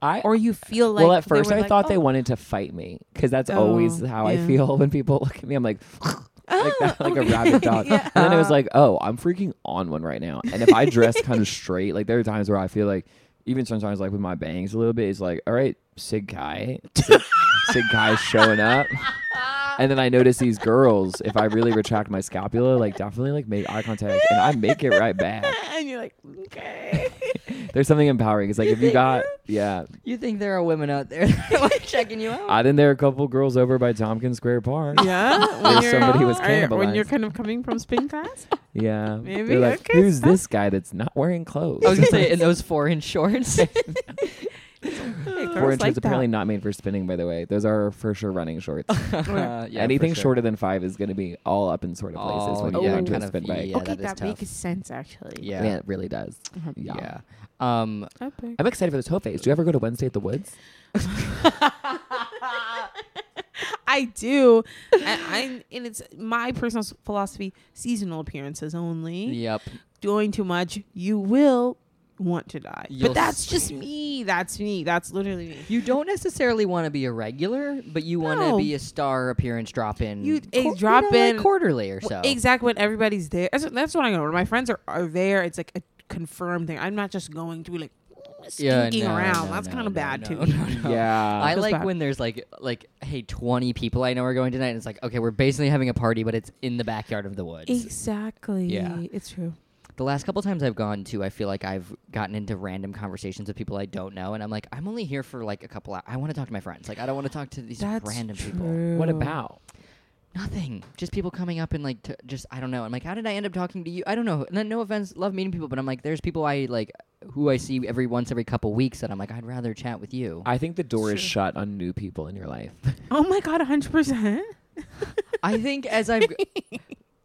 S1: I
S2: or you feel like
S1: well at
S2: they
S1: first
S2: were
S1: I
S2: like,
S1: thought they
S2: "Oh,
S1: wanted to fight me because that's always
S2: Oh,
S1: how I
S2: yeah.
S1: feel when people look at me. I'm like. like that,
S2: Oh,
S1: like
S2: okay.
S1: a rabid dog.
S2: Yeah.
S1: And then it was like, oh, I'm freaking on one right now. And if I dress kind of straight, like there are times where I feel like, even sometimes like with my bangs a little bit, it's like, all right, Sig Kai, Sig, Sig Kai's showing up. And then I notice these girls, if I really retract my scapula, like definitely like make eye contact, and I make it right back.
S2: and you're like, okay.
S1: There's something empowering. It's like if you got, yeah,
S3: You think there are women out there that are like checking you out?
S1: I then there are a couple girls over by Tompkins Square Park.
S2: Yeah,
S1: If somebody was
S2: are you- when you're
S1: cannibalized.
S2: kind of coming from spin class.
S1: Yeah,
S2: Maybe,
S1: They're like,
S2: okay,
S1: who's
S2: stop.
S1: this guy that's not wearing clothes?
S3: I was gonna say in those four-inch shorts.
S1: Four inches apparently not made for spinning, by the way. Those are for sure running shorts.
S3: Uh, yeah, for
S1: Anything
S3: sure. oh,
S1: shorter than five is going to be all up in sort of places
S3: All
S1: when you
S2: yeah,
S1: get onto a
S3: kind of-
S1: spin bike.
S3: yeah.
S2: okay,
S3: that is
S2: that,
S3: tough.
S2: makes sense actually.
S1: Yeah.
S3: Yeah.
S1: it really does.
S2: Uh-huh.
S1: Yeah.
S3: Yeah. Um,
S2: Epic.
S1: I'm excited for this whole phase. Do you ever go to Wednesday at the Woods?
S2: I do, and, I, and it's my personal s- philosophy: seasonal appearances only.
S3: yep.
S2: Doing too much, you will want to die.
S3: You'll
S2: but that's
S3: s-
S2: just me. That's me. That's literally me.
S3: You don't necessarily want to be a regular, but you want to
S2: No.
S3: be a star appearance drop in.
S2: You- a drop in-
S3: like quarterly or so.
S2: Well, exactly when everybody's there. That's, that's what I know. When my friends are, are there, it's like a confirmed thing. I'm not just going to be like
S3: Yeah,
S2: stinking
S3: no,
S2: around.
S3: no,
S2: that's
S3: no,
S2: kind of
S3: no,
S2: bad
S3: no,
S2: too.
S3: no, no.
S1: Yeah.
S3: I
S2: Feels
S3: like
S2: bad.
S3: when there's like like hey, 20 people I know are going tonight. And it's like okay, we're basically having a party, but it's in the backyard of the woods.
S2: Exactly.
S3: Yeah.
S2: it's true.
S3: the last couple times I've gone to, I feel like I've gotten into random conversations with people I don't know, and I'm like, I'm only here for like a couple. Hours. I want to talk to my friends. Like I don't want to talk to these
S2: That's
S3: random people.
S2: true.
S1: what about?
S3: Nothing. Just people coming up and like, t- just I don't know. I'm like, how did I end up talking to you? I don't know. No, no offense, love meeting people, but I'm like, there's people I like who I see every once every couple weeks that I'm like, I'd rather chat with you. I,
S1: I think the door is
S2: Sure.
S1: shut on new people in your life.
S2: Oh my god, 100. percent
S3: think as I've.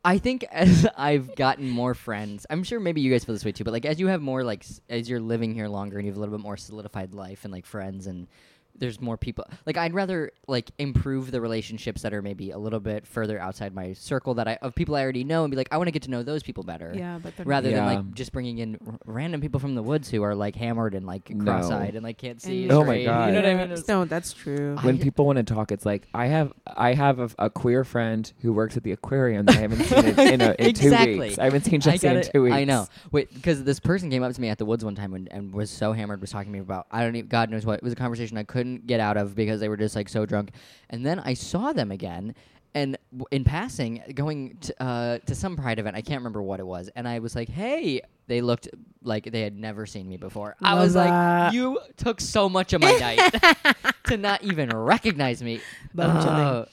S3: I think as I've gotten more friends, I'm sure maybe you guys feel this way too, but like as you have more like s- as you're living here longer and you have a little bit more solidified life and like friends and there's more people. Like I'd rather like improve the relationships that are maybe a little bit further outside my circle that I of people I already know and be like I want to get to know those people better.
S2: Yeah, but they're
S3: Rather
S1: Yeah.
S3: than like just bringing in r- random people from the woods who are like hammered and like
S1: No.
S3: cross-eyed and like can't see.
S2: And-
S1: Oh my
S3: straight.
S1: God.
S3: You know what I mean?
S2: Yeah,
S3: It's-
S2: No, that's true.
S1: when
S3: I-
S1: people want to talk, it's like I have I have a, a queer friend who works at the aquarium that I haven't seen in, in, a, in
S3: Exactly.
S1: two weeks. I haven't seen
S3: I
S1: Jesse
S3: got
S1: in
S3: it.
S1: two weeks.
S3: I know. Wait, because this person came up to me at the woods one time and, and was so hammered, was talking to me about I don't even God knows what. It was a conversation I couldn't get out of because they were just like so drunk. And then I saw them again. And w- in passing, going to, uh, to some pride event, I can't remember what it was, and I was like, "Hey!" They looked like they had never seen me before. I
S2: Love
S3: was like,
S2: that.
S3: "You took so much of my night to not even recognize me."
S2: Bone
S3: Oh.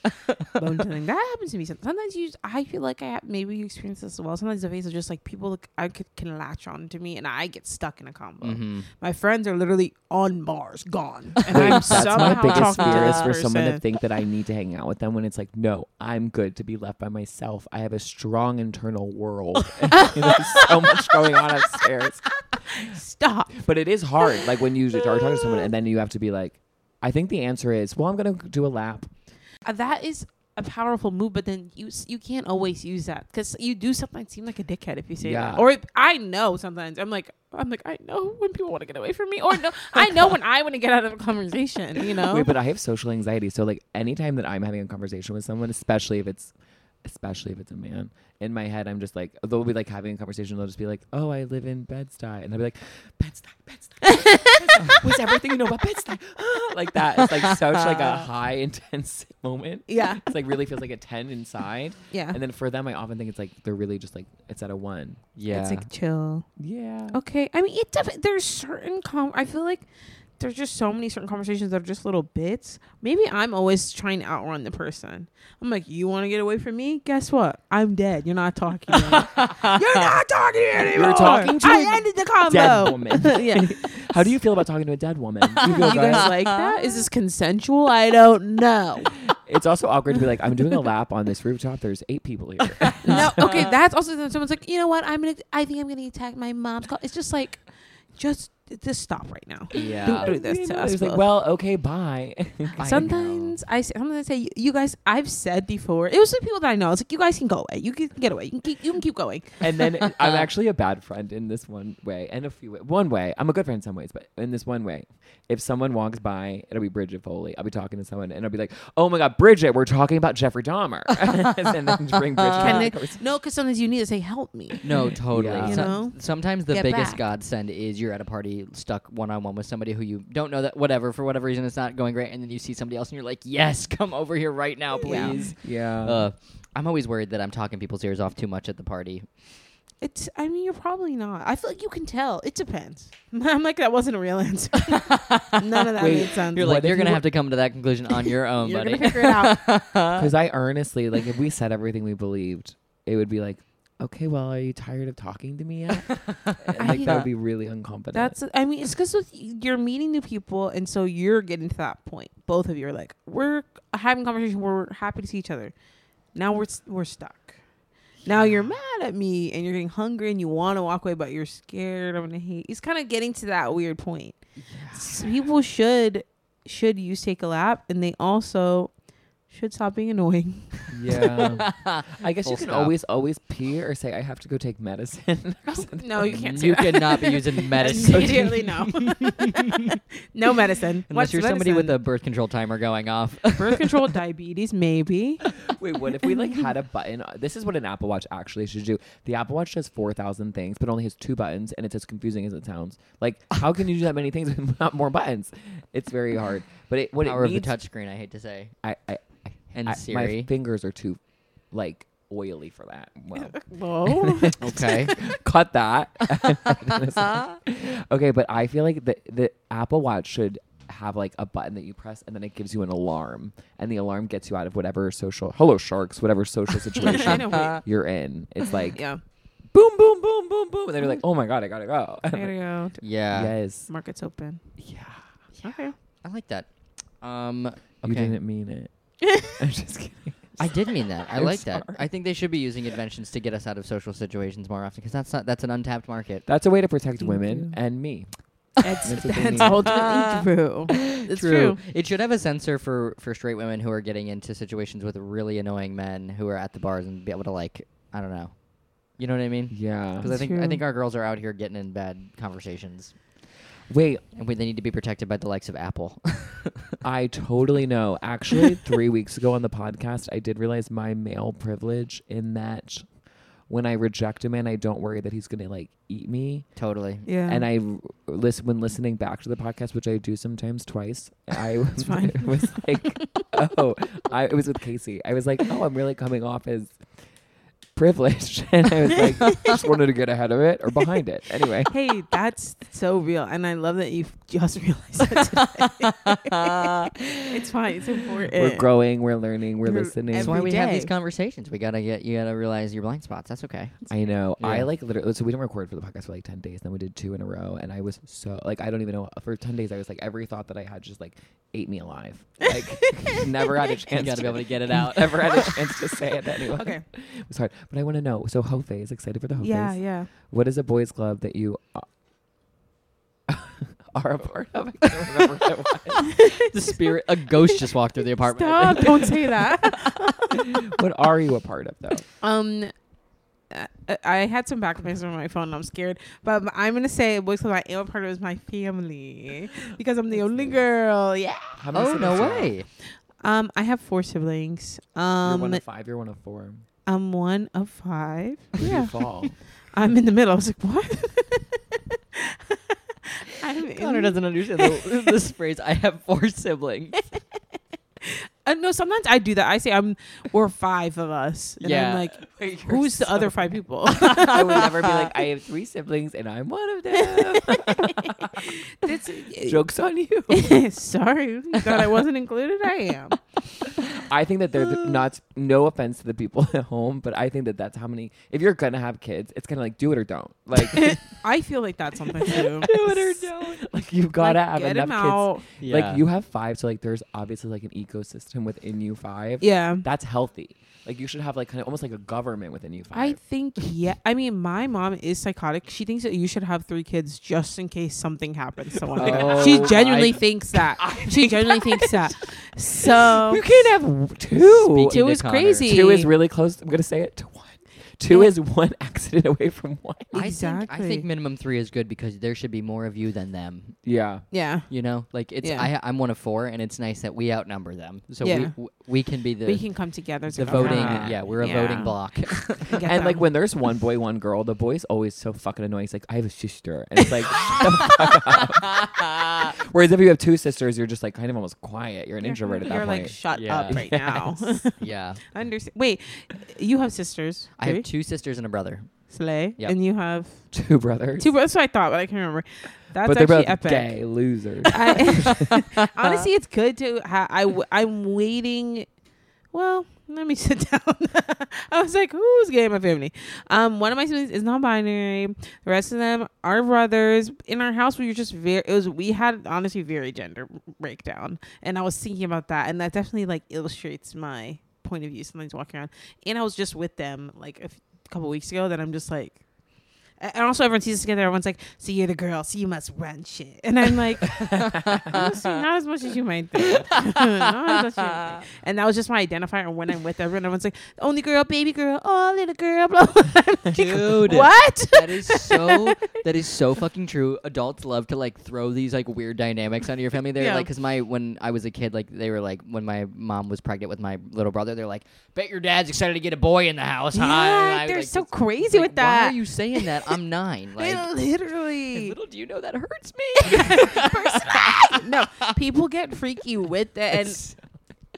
S2: Bone chilling. That happens to me. some- Sometimes you, I feel like I have, maybe you experience this as well. Sometimes the face is just like people like, I could, can latch on to me, and I get stuck in a combo.
S3: Mhm.
S2: My friends are literally on bars, gone, and
S1: Wait,
S2: I'm
S1: that's my
S2: somehow
S1: biggest
S2: talking
S1: fear
S2: to
S1: is
S2: this
S1: for someone to
S2: person.
S1: think that I need to hang out with them when it's like, no, I'm good to be left by myself. I have a strong internal world. And There's so much going on upstairs.
S2: Stop.
S1: But it is hard, like when you are talking to someone and then you have to be like, I think the answer is, well, I'm gonna do a lap.
S2: Uh, That is a powerful move, but then you s- you can't always use that because you do sometimes seem like a dickhead if you say
S1: Yeah.
S2: that. Or if- I know sometimes I'm like I'm like I know when people want to get away from me, or no, I know when I want to get out of a conversation. You know,
S1: Wait, but I have social anxiety. So like anytime that I'm having a conversation with someone, especially if it's especially if it's a man, in my head I'm just like they'll be like having a conversation, they'll just be like, Oh, I live in Bed Stuy and I'll be like, Bed Stuy, Bed Stuy. What's everything you know about Bed Stuy? like that. It's like such like a high intense moment.
S2: Yeah.
S1: It's like really feels like a ten inside.
S2: Yeah.
S1: And then for them I often think it's like they're really just like it's at a one.
S3: Yeah,
S2: it's like chill.
S1: Yeah.
S2: Okay, I mean it. Def- there's certain com. I feel like there's just so many certain conversations that are just little bits. Maybe I'm always trying to outrun the person. I'm like, you want to get away from me? Guess what? I'm dead. You're not talking. to me." You're not talking to me anymore.
S1: talking to
S2: I
S1: a
S2: ended the combo.
S1: Dead woman.
S2: yeah.
S1: How do you feel about talking to a dead woman? You feel
S2: You guys like that? Is this consensual? I don't know.
S1: It's also awkward to be like, I'm doing a lap on this rooftop. There's eight people here.
S2: No. Okay, that's also then someone's like, you know what? I'm gonna. I think I'm gonna attack my mom's call. It's just like, just just stop right now.
S3: yeah.
S2: Don't do this to us.
S1: It's like,
S2: both.
S1: well, okay, bye.
S3: I know.
S2: Sometimes I, say, sometimes I say, you guys. I've said before. It was the people that I know. It's like you guys can go away. You can get away. You can keep. You can keep going.
S1: and then I'm actually a bad friend in this one way, and a few one way. I'm a good friend in some ways, but in this one way, if someone walks by, it'll be Bridget Foley. I'll be talking to someone, and I'll be like, "Oh my God, Bridget, we're talking about Jeffrey Dahmer," and then bring Bridget.
S2: Can
S1: into
S2: they-
S3: Uh,
S1: the conversation.
S2: no, because sometimes you need to say, help me.
S3: No, totally.
S1: Yeah. You
S3: Some-
S2: know?
S3: sometimes the
S2: Get
S3: biggest
S2: back.
S3: godsend is you're at a party stuck one on one with somebody who you don't know that whatever for whatever reason it's not going great, and then you see somebody else and you're like, yes, come over here right now,
S2: Yeah.
S3: please.
S1: yeah.
S3: Uh, I'm always worried that I'm talking people's ears off too much at the party.
S2: It's. I mean, you're probably not. I feel like you can tell. It depends. I'm like that wasn't a real answer. None of that
S1: Wait,
S2: made sense.
S3: You're
S1: What
S3: like,
S1: if you
S3: you're gonna
S1: were-
S3: have to come to that conclusion on your own,
S2: You're
S3: buddy.
S2: gonna figure it out.
S1: Because I earnestly, like, if we said everything we believed, it would be like, okay, well, are you tired of talking to me yet? And,
S2: I-
S1: like, that would be really unconfident.
S2: That's. I mean, it's because you're meeting new people, and so you're getting to that point. Both of you are like, we're having a conversation. We're happy to see each other. Now we're s- we're stuck. Now you're mad at me, and you're getting hungry, and you want to walk away, but you're scared. I'm gonna hate. It's kind of getting to that weird point. S- people should should use take a lap, and they also should stop being annoying.
S1: yeah. I guess
S3: Full
S1: you can
S3: stop.
S1: always, always pee or say, I have to go take medicine. or something.
S2: no, you can't. Say
S3: Mm, You
S2: that.
S3: cannot be using medicine
S2: Immediately, no. no medicine.
S3: unless
S2: What's
S3: you're somebody
S2: medicine?
S3: with a birth control timer going off.
S2: birth control, diabetes, maybe.
S1: Wait, what if we like had a button? This is what an Apple Watch actually should do. The Apple Watch does 4,000 things, but only has two buttons, and it's as confusing as it sounds. Like, how can you do that many things without more buttons? It's very hard. But it, what
S3: Power
S1: it
S3: of the
S1: needs,
S3: touchscreen, I hate to say.
S1: I, I, I,
S3: And
S1: I-
S3: Siri.
S1: My fingers are too, like, oily for that. Well,
S2: Whoa.
S3: Okay.
S1: cut that. okay, but I feel like the the Apple Watch should have like a button that you press and then it gives you an alarm and the alarm gets you out of whatever social hello sharks whatever social situation
S2: know.
S1: you're in it's like
S2: yeah.
S1: boom boom boom boom boom and then you're like oh my god i gotta go
S2: I gotta go. T-
S3: yeah.
S1: yes
S2: Market's open.
S1: yeah
S2: Okay.
S3: I like that. Um.
S1: you
S3: okay.
S1: didn't mean it i'm just kidding
S3: I did mean that. I
S1: I'm
S3: like that.
S1: sorry.
S3: I think they should be using inventions to get us out of social situations more often because that's not that's an untapped market.
S1: that's a way to protect
S2: Thank
S1: women
S2: you.
S1: and me
S2: That's,
S3: That's what they
S2: that's
S3: need.
S2: ultimately true. It's true.
S3: It should have a sensor for for straight women who are getting into situations with really annoying men who are at the bars and be able to like, I don't know, you know what I mean?
S1: Yeah.
S3: Because Mm-hmm. I
S2: It's
S3: think I
S2: true.
S3: think our girls are out here getting in bad conversations,
S1: Wait,
S3: and we, they need to be protected by the likes of Apple.
S1: I totally know. Actually, three weeks ago on the podcast, I did realize my male privilege in that when I reject a man, I don't worry that he's going to like eat me.
S3: totally.
S2: Yeah.
S1: And I listen when listening back to the podcast, which I do sometimes twice. I was-
S2: fine.
S1: was like, oh, I it was with Casey. I was like, oh, I'm really coming off as privileged, and I was like, just wanted to get ahead of it or behind it. Anyway,
S2: hey, that's so real, and I love that you just realized that. Today. it's fine. It's important.
S1: we're growing, we're learning, we're
S2: Eh. You're
S1: listening.
S3: That's
S2: every
S3: why we have these
S2: day.
S3: conversations. We gotta get you gotta realize your blind spots. That's okay.
S1: I know. I
S3: Yeah.
S1: like literally. So we didn't record for the podcast for like ten days. Then we did two in a row, and I was so like I don't even know. For ten days, I was like every thought that I had just like ate me alive. Like never had a chance.
S3: gotta be able to get it out.
S1: Never had a chance to say it anyway.
S2: Okay.
S1: it was hard. But I want to know. So Ho phase, excited for
S3: Oh,
S1: the Ho
S2: Yeah,
S1: phase.
S2: yeah.
S1: What is a boys' club that you a- are a part of? I can't remember what it was.
S3: the spirit, a ghost just walked through the apartment. I
S2: Stop! Don't say that.
S1: What are you a part of though?
S2: um, I, I had some back pains on my phone. and I'm scared, but I'm gonna say boys club I am a part of is my family because I'm the only girl. Yeah.
S1: How
S3: think.
S1: many
S3: Oh
S1: siblings
S3: no
S1: do you have?
S3: way!
S2: Um, I have four siblings.
S1: You're
S2: Um,
S1: one of five. You're one of four.
S2: I'm one of five.
S1: Where do
S2: Yeah.
S1: you fall?
S2: I'm in the middle. I was like, what? I'm
S3: Connor
S2: in-
S3: doesn't understand the, this phrase. I have four siblings.
S2: Uh, no, sometimes I do that. I say I'm we're five of us, and
S3: Yeah.
S2: I'm like,
S3: Wait, you're
S2: who's the
S3: so-
S2: other five people?
S1: I would never be like, I have three siblings and I'm one of them.
S2: That's- uh,
S1: Joke's on you.
S2: Sorry, you thought I wasn't included. I am.
S1: I think that they're the, not, no offense to the people at home, but I think that that's how many, if you're going to have kids, it's kind of like do it or don't. Like,
S2: I feel like that's something too.
S1: like you got to
S2: Like,
S1: have
S2: get
S1: enough
S2: him
S1: kids.
S2: out.
S1: Like you have five, so like there's obviously like an ecosystem within you five.
S2: Yeah.
S1: That's healthy. Like you should have like kind of almost like a government within you five.
S2: I think yeah. I mean, my mom is psychotic. She thinks that you should have three kids just in case something happens to one. of them.
S1: Oh
S2: she genuinely
S1: my-
S2: thinks that. She genuinely thinks that. So
S1: you can't have two.
S3: Speaking
S2: two
S3: to
S2: is
S3: Connor.
S2: crazy.
S1: Two is really close. I'm going to say it to one. Two
S2: Yeah.
S1: is one accident away from one.
S3: I think, I
S2: Exactly.
S3: think minimum three is good because there should be more of you than them.
S1: Yeah.
S2: yeah.
S3: You know, like it's
S2: Yeah.
S3: I, I'm one of four, and it's nice that we outnumber them, so
S2: Yeah.
S3: we w- we can be the
S2: we can come together. to
S3: the
S2: go
S3: voting.
S2: out
S3: Yeah, we're a
S2: Yeah.
S3: voting block.
S2: get
S1: and like
S2: them.
S1: when there's one boy, one girl, the boy's always so fucking annoying. He's like, I have a sister, and it's like, "Shut the fuck up." whereas if you have two sisters, you're just like kind of almost quiet. You're an introvert at that
S2: You're
S1: point.
S2: like, shut
S3: Yeah.
S2: up right now.
S3: yeah,
S2: Understand? Wait, you have sisters.
S3: I have
S2: three?
S3: two sisters and a brother.
S2: Slay,
S3: Yep.
S2: and you have
S1: two brothers,
S2: two. That's what I thought, but I can't remember. That's
S1: but they're
S2: actually
S1: both
S2: epic.
S1: gay losers.
S2: I, honestly, it's good to. Ha- I w- I'm waiting. Well, let me sit down. I was like, who's gay in my family? Um, one of my siblings is non-binary. The rest of them are brothers. In our house, we were just very. It was we had honestly very gender breakdown, and I was thinking about that, and that definitely like illustrates my point of view. Sometimes walking around, and I was just with them like a f- couple weeks ago. That I'm just like. a- And also, everyone sees us together. Everyone's like, "So you're the girl, so you must run shit." And I'm like, Honestly, not as much as you might think. Not as much as you might think. And that was just my identifier when I'm with everyone. Everyone's like, only girl, baby girl, oh, little girl. Blah, blah. I'm like,
S3: Dude.
S2: What?
S3: that is so that is so fucking true. Adults love to like throw these like weird dynamics onto your family. They're
S2: Yeah.
S3: like, because my when I was a kid, like they were like when my mom was pregnant with my little brother, they're like, bet your dad's excited to get a boy in the house, huh? And
S2: Yeah,
S3: I-
S2: they're
S3: like,
S2: so
S3: it's-
S2: crazy
S3: like,
S2: with that.
S3: Why are you saying that? I'm nine.
S2: They
S3: Like,
S2: literally.
S3: do you know that hurts me.
S2: no, people get freaky with it. And,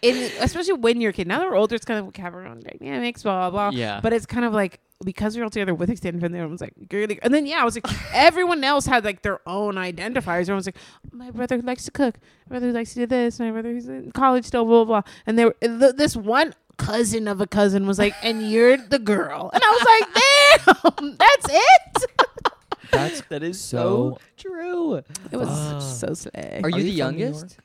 S2: and especially when you're a kid. Now they're older, it's kind of have our own dynamics, blah, blah, blah.
S3: Yeah.
S2: Uh, But it's kind of like, because we're all together with extended family, everyone's like, "You're the-" and then yeah, I was like, everyone else had like their own identifiers. Everyone's like, my brother likes to cook, my brother likes to do this, my brother who's in college still, blah blah. blah. And they were and th- this one cousin of a cousin was like, and you're the girl, and I was like, damn, that's it.
S1: That's
S3: that is
S1: so
S3: true.
S2: It was
S3: Ah.
S2: so sad.
S3: Are you,
S1: you
S3: the
S1: from New
S3: youngest?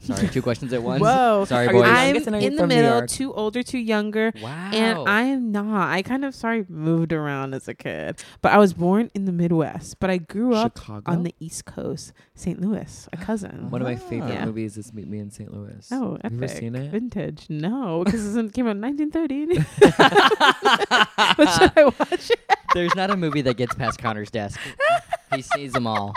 S3: Sorry, two questions at once.
S2: Whoa.
S3: Sorry,
S1: Are you
S3: boys.
S1: the
S2: I'm
S1: youngest and are you
S2: in the
S1: from New
S2: middle,
S1: York?
S2: too older, too younger.
S3: wow.
S2: And I am not. I kind of sorry moved around as a kid, but I was born in the Midwest. But I grew up
S1: Chicago.
S2: on the East Coast, St. Louis, a cousin.
S1: One of my
S3: Ah.
S1: favorite
S2: Yeah.
S1: movies is Meet Me in St. Louis.
S2: Oh,
S1: Have you ever
S2: epic.
S1: seen it?
S2: Vintage. No, because it came out in 1930. but should I watch it?
S3: There's not a movie that gets past Connor's desk. He sees them all.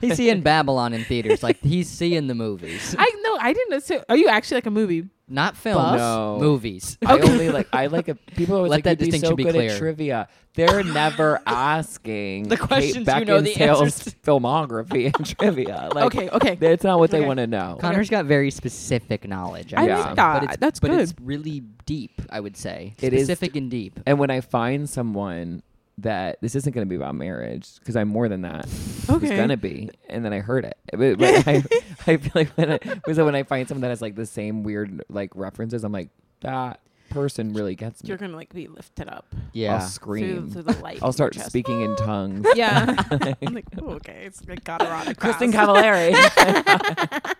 S3: He's seeing Babylon in theaters. Like he's seeing the movies,
S2: I no, I didn't assume. Are you actually like a movie?
S3: not films,
S2: Buff?
S1: No.
S3: movies.
S1: I only like I like a, people always
S3: Let
S1: like
S3: that
S1: you'd be
S3: distinction
S1: so
S3: be
S1: good
S3: clear.
S1: at trivia. They're never asking
S3: The
S1: Kate
S3: questions you
S1: Beckinsale's
S3: know the answers to.
S1: filmography and trivia. Like,
S2: okay, okay.
S1: that's not what they
S2: Okay.
S1: want to know.
S3: Connor's got very specific knowledge.
S2: I
S3: would
S1: like
S3: say.
S2: that.
S3: But it's,
S2: That's
S3: but it's really deep. I would say
S1: It is
S3: specific and deep.
S1: and when I find someone that this isn't going to be about marriage because I'm more than that. It's
S2: Okay.
S1: gonna be, and then I heard it. But, but I, I feel like when I but so when I find someone that has like the same weird like references, I'm like that person really gets me.
S2: You're gonna like be lifted up
S1: I'll
S3: Yeah.
S1: scream.
S2: through, through the light.
S1: I'll
S2: in
S1: start
S2: your chest.
S1: speaking in tongues.
S2: Yeah. I'm like, oh, okay. It's like got her on a
S1: Kristen
S2: cross.
S1: Cavallari.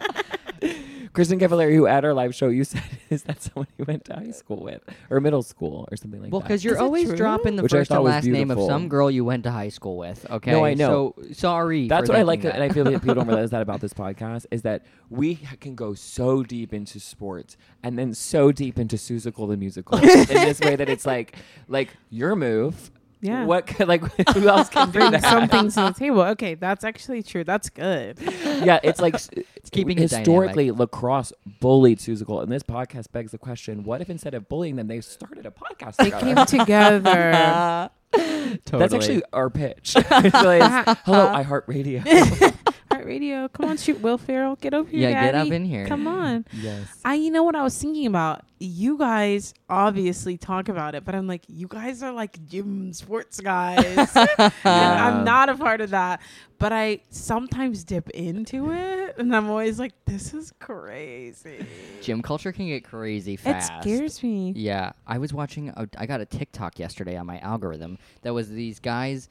S1: Kristen Cavallari, who at our live show you said is that someone you went to high school with or middle school or something like
S3: Well,
S1: that.
S3: because
S2: Is
S3: you're
S2: it
S3: always
S2: true?
S3: dropping the
S1: Which I
S3: first
S1: thought
S3: and
S1: was
S3: last name of
S1: beautiful.
S3: some girl you went to high school with. Okay.
S1: I know.
S3: So sorry.
S1: That's
S3: for
S1: what I like,
S3: thinking that.
S1: and I feel that people don't realize that about this podcast is that we ha- can go so deep into sports and then so deep into Susical the musical in this way that it's like, like your move.
S2: Yeah.
S1: What could like who else can do
S2: Bring
S1: that?
S2: some things to the table. Okay, that's actually true. That's good.
S1: Yeah, it's like it's
S3: keeping it dynamic.
S1: historically lacrosse bullied Susical, and this podcast begs the question: What if instead of bullying them, they started a podcast?
S2: They
S1: together?
S2: came together.
S3: totally.
S1: That's actually our pitch. Really, it's, Hello, iHeartRadio.
S2: Heart Radio, come on, shoot Will Ferrell. Get over here,
S3: Yeah, get
S2: Daddy.
S3: up in here.
S2: Come on.
S1: yes.
S2: I, you know what I was thinking about? You guys obviously talk about it, but I'm like, you guys are like gym sports guys. And I'm not a part of that, but I sometimes dip into it, and I'm always like, this is crazy.
S3: gym culture can get crazy
S2: It
S3: fast.
S2: scares me.
S3: Yeah, I was watching. A, I got a TikTok yesterday on my algorithm that was these guys.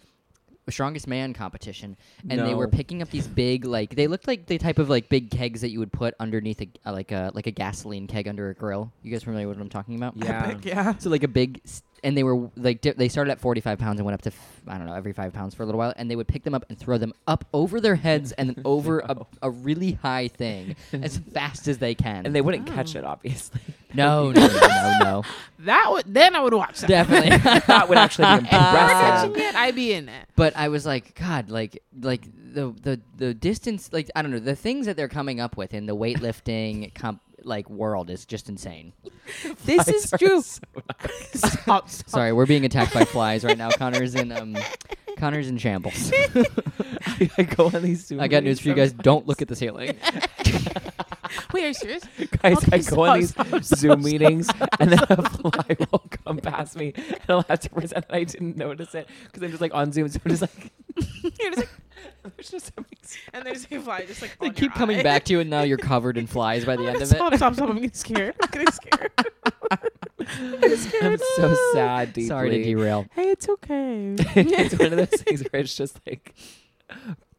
S3: Strongest man competition, and they were
S1: No.
S3: picking up these big, like they looked like the type of like big kegs that you would put underneath a uh, like a like a gasoline keg under a grill. You guys familiar with what I'm talking about?
S1: Yeah.
S2: Like, yeah.
S3: So like a big, s- and they were like di- they started at 45 pounds and went up to f- I don't know every five pounds for a little while, and they would pick them up and throw them up over their heads and then over
S1: No.
S3: a, a really high thing as fast as they can.
S1: And they wouldn't catch it, obviously.
S3: no no no no, no.
S2: That would then I would watch that.
S3: definitely.
S1: that would actually be
S2: If I were
S1: impressive.
S2: catching it, I'd be in it.
S3: But I was like, God, like, like the the the distance, like I don't know, the things that they're coming up with in the weightlifting comp like world is just insane.
S2: This is true. Stop, stop.
S3: Oh, Sorry, we're being attacked by flies right now. Connor's in um, Connor's in shambles.
S1: I go on these Zoom
S3: I got news for you guys. Don't look at the ceiling.
S2: Wait, are you serious?
S1: Guys,
S2: Okay,
S1: I go on
S2: stop,
S1: these
S2: stop,
S1: Zoom meetings, and then a fly will come past me, and I'll have to pretend that I didn't notice it because I'm just like on Zoom, so I'm just like,
S2: You're just like,
S1: there's just something.
S2: and there's a fly just like.
S3: They
S2: on
S3: keep
S2: your
S3: coming
S2: eye.
S3: back to you, and now you're covered in flies by the end of
S2: stop,
S3: it.
S2: Stop, stop, I'm getting scared. I'm getting scared. I'm
S1: I'm
S2: scared.
S1: so sad. Deeply.
S3: Sorry to derail.
S2: Hey, it's okay.
S1: it's one of those things where it's just like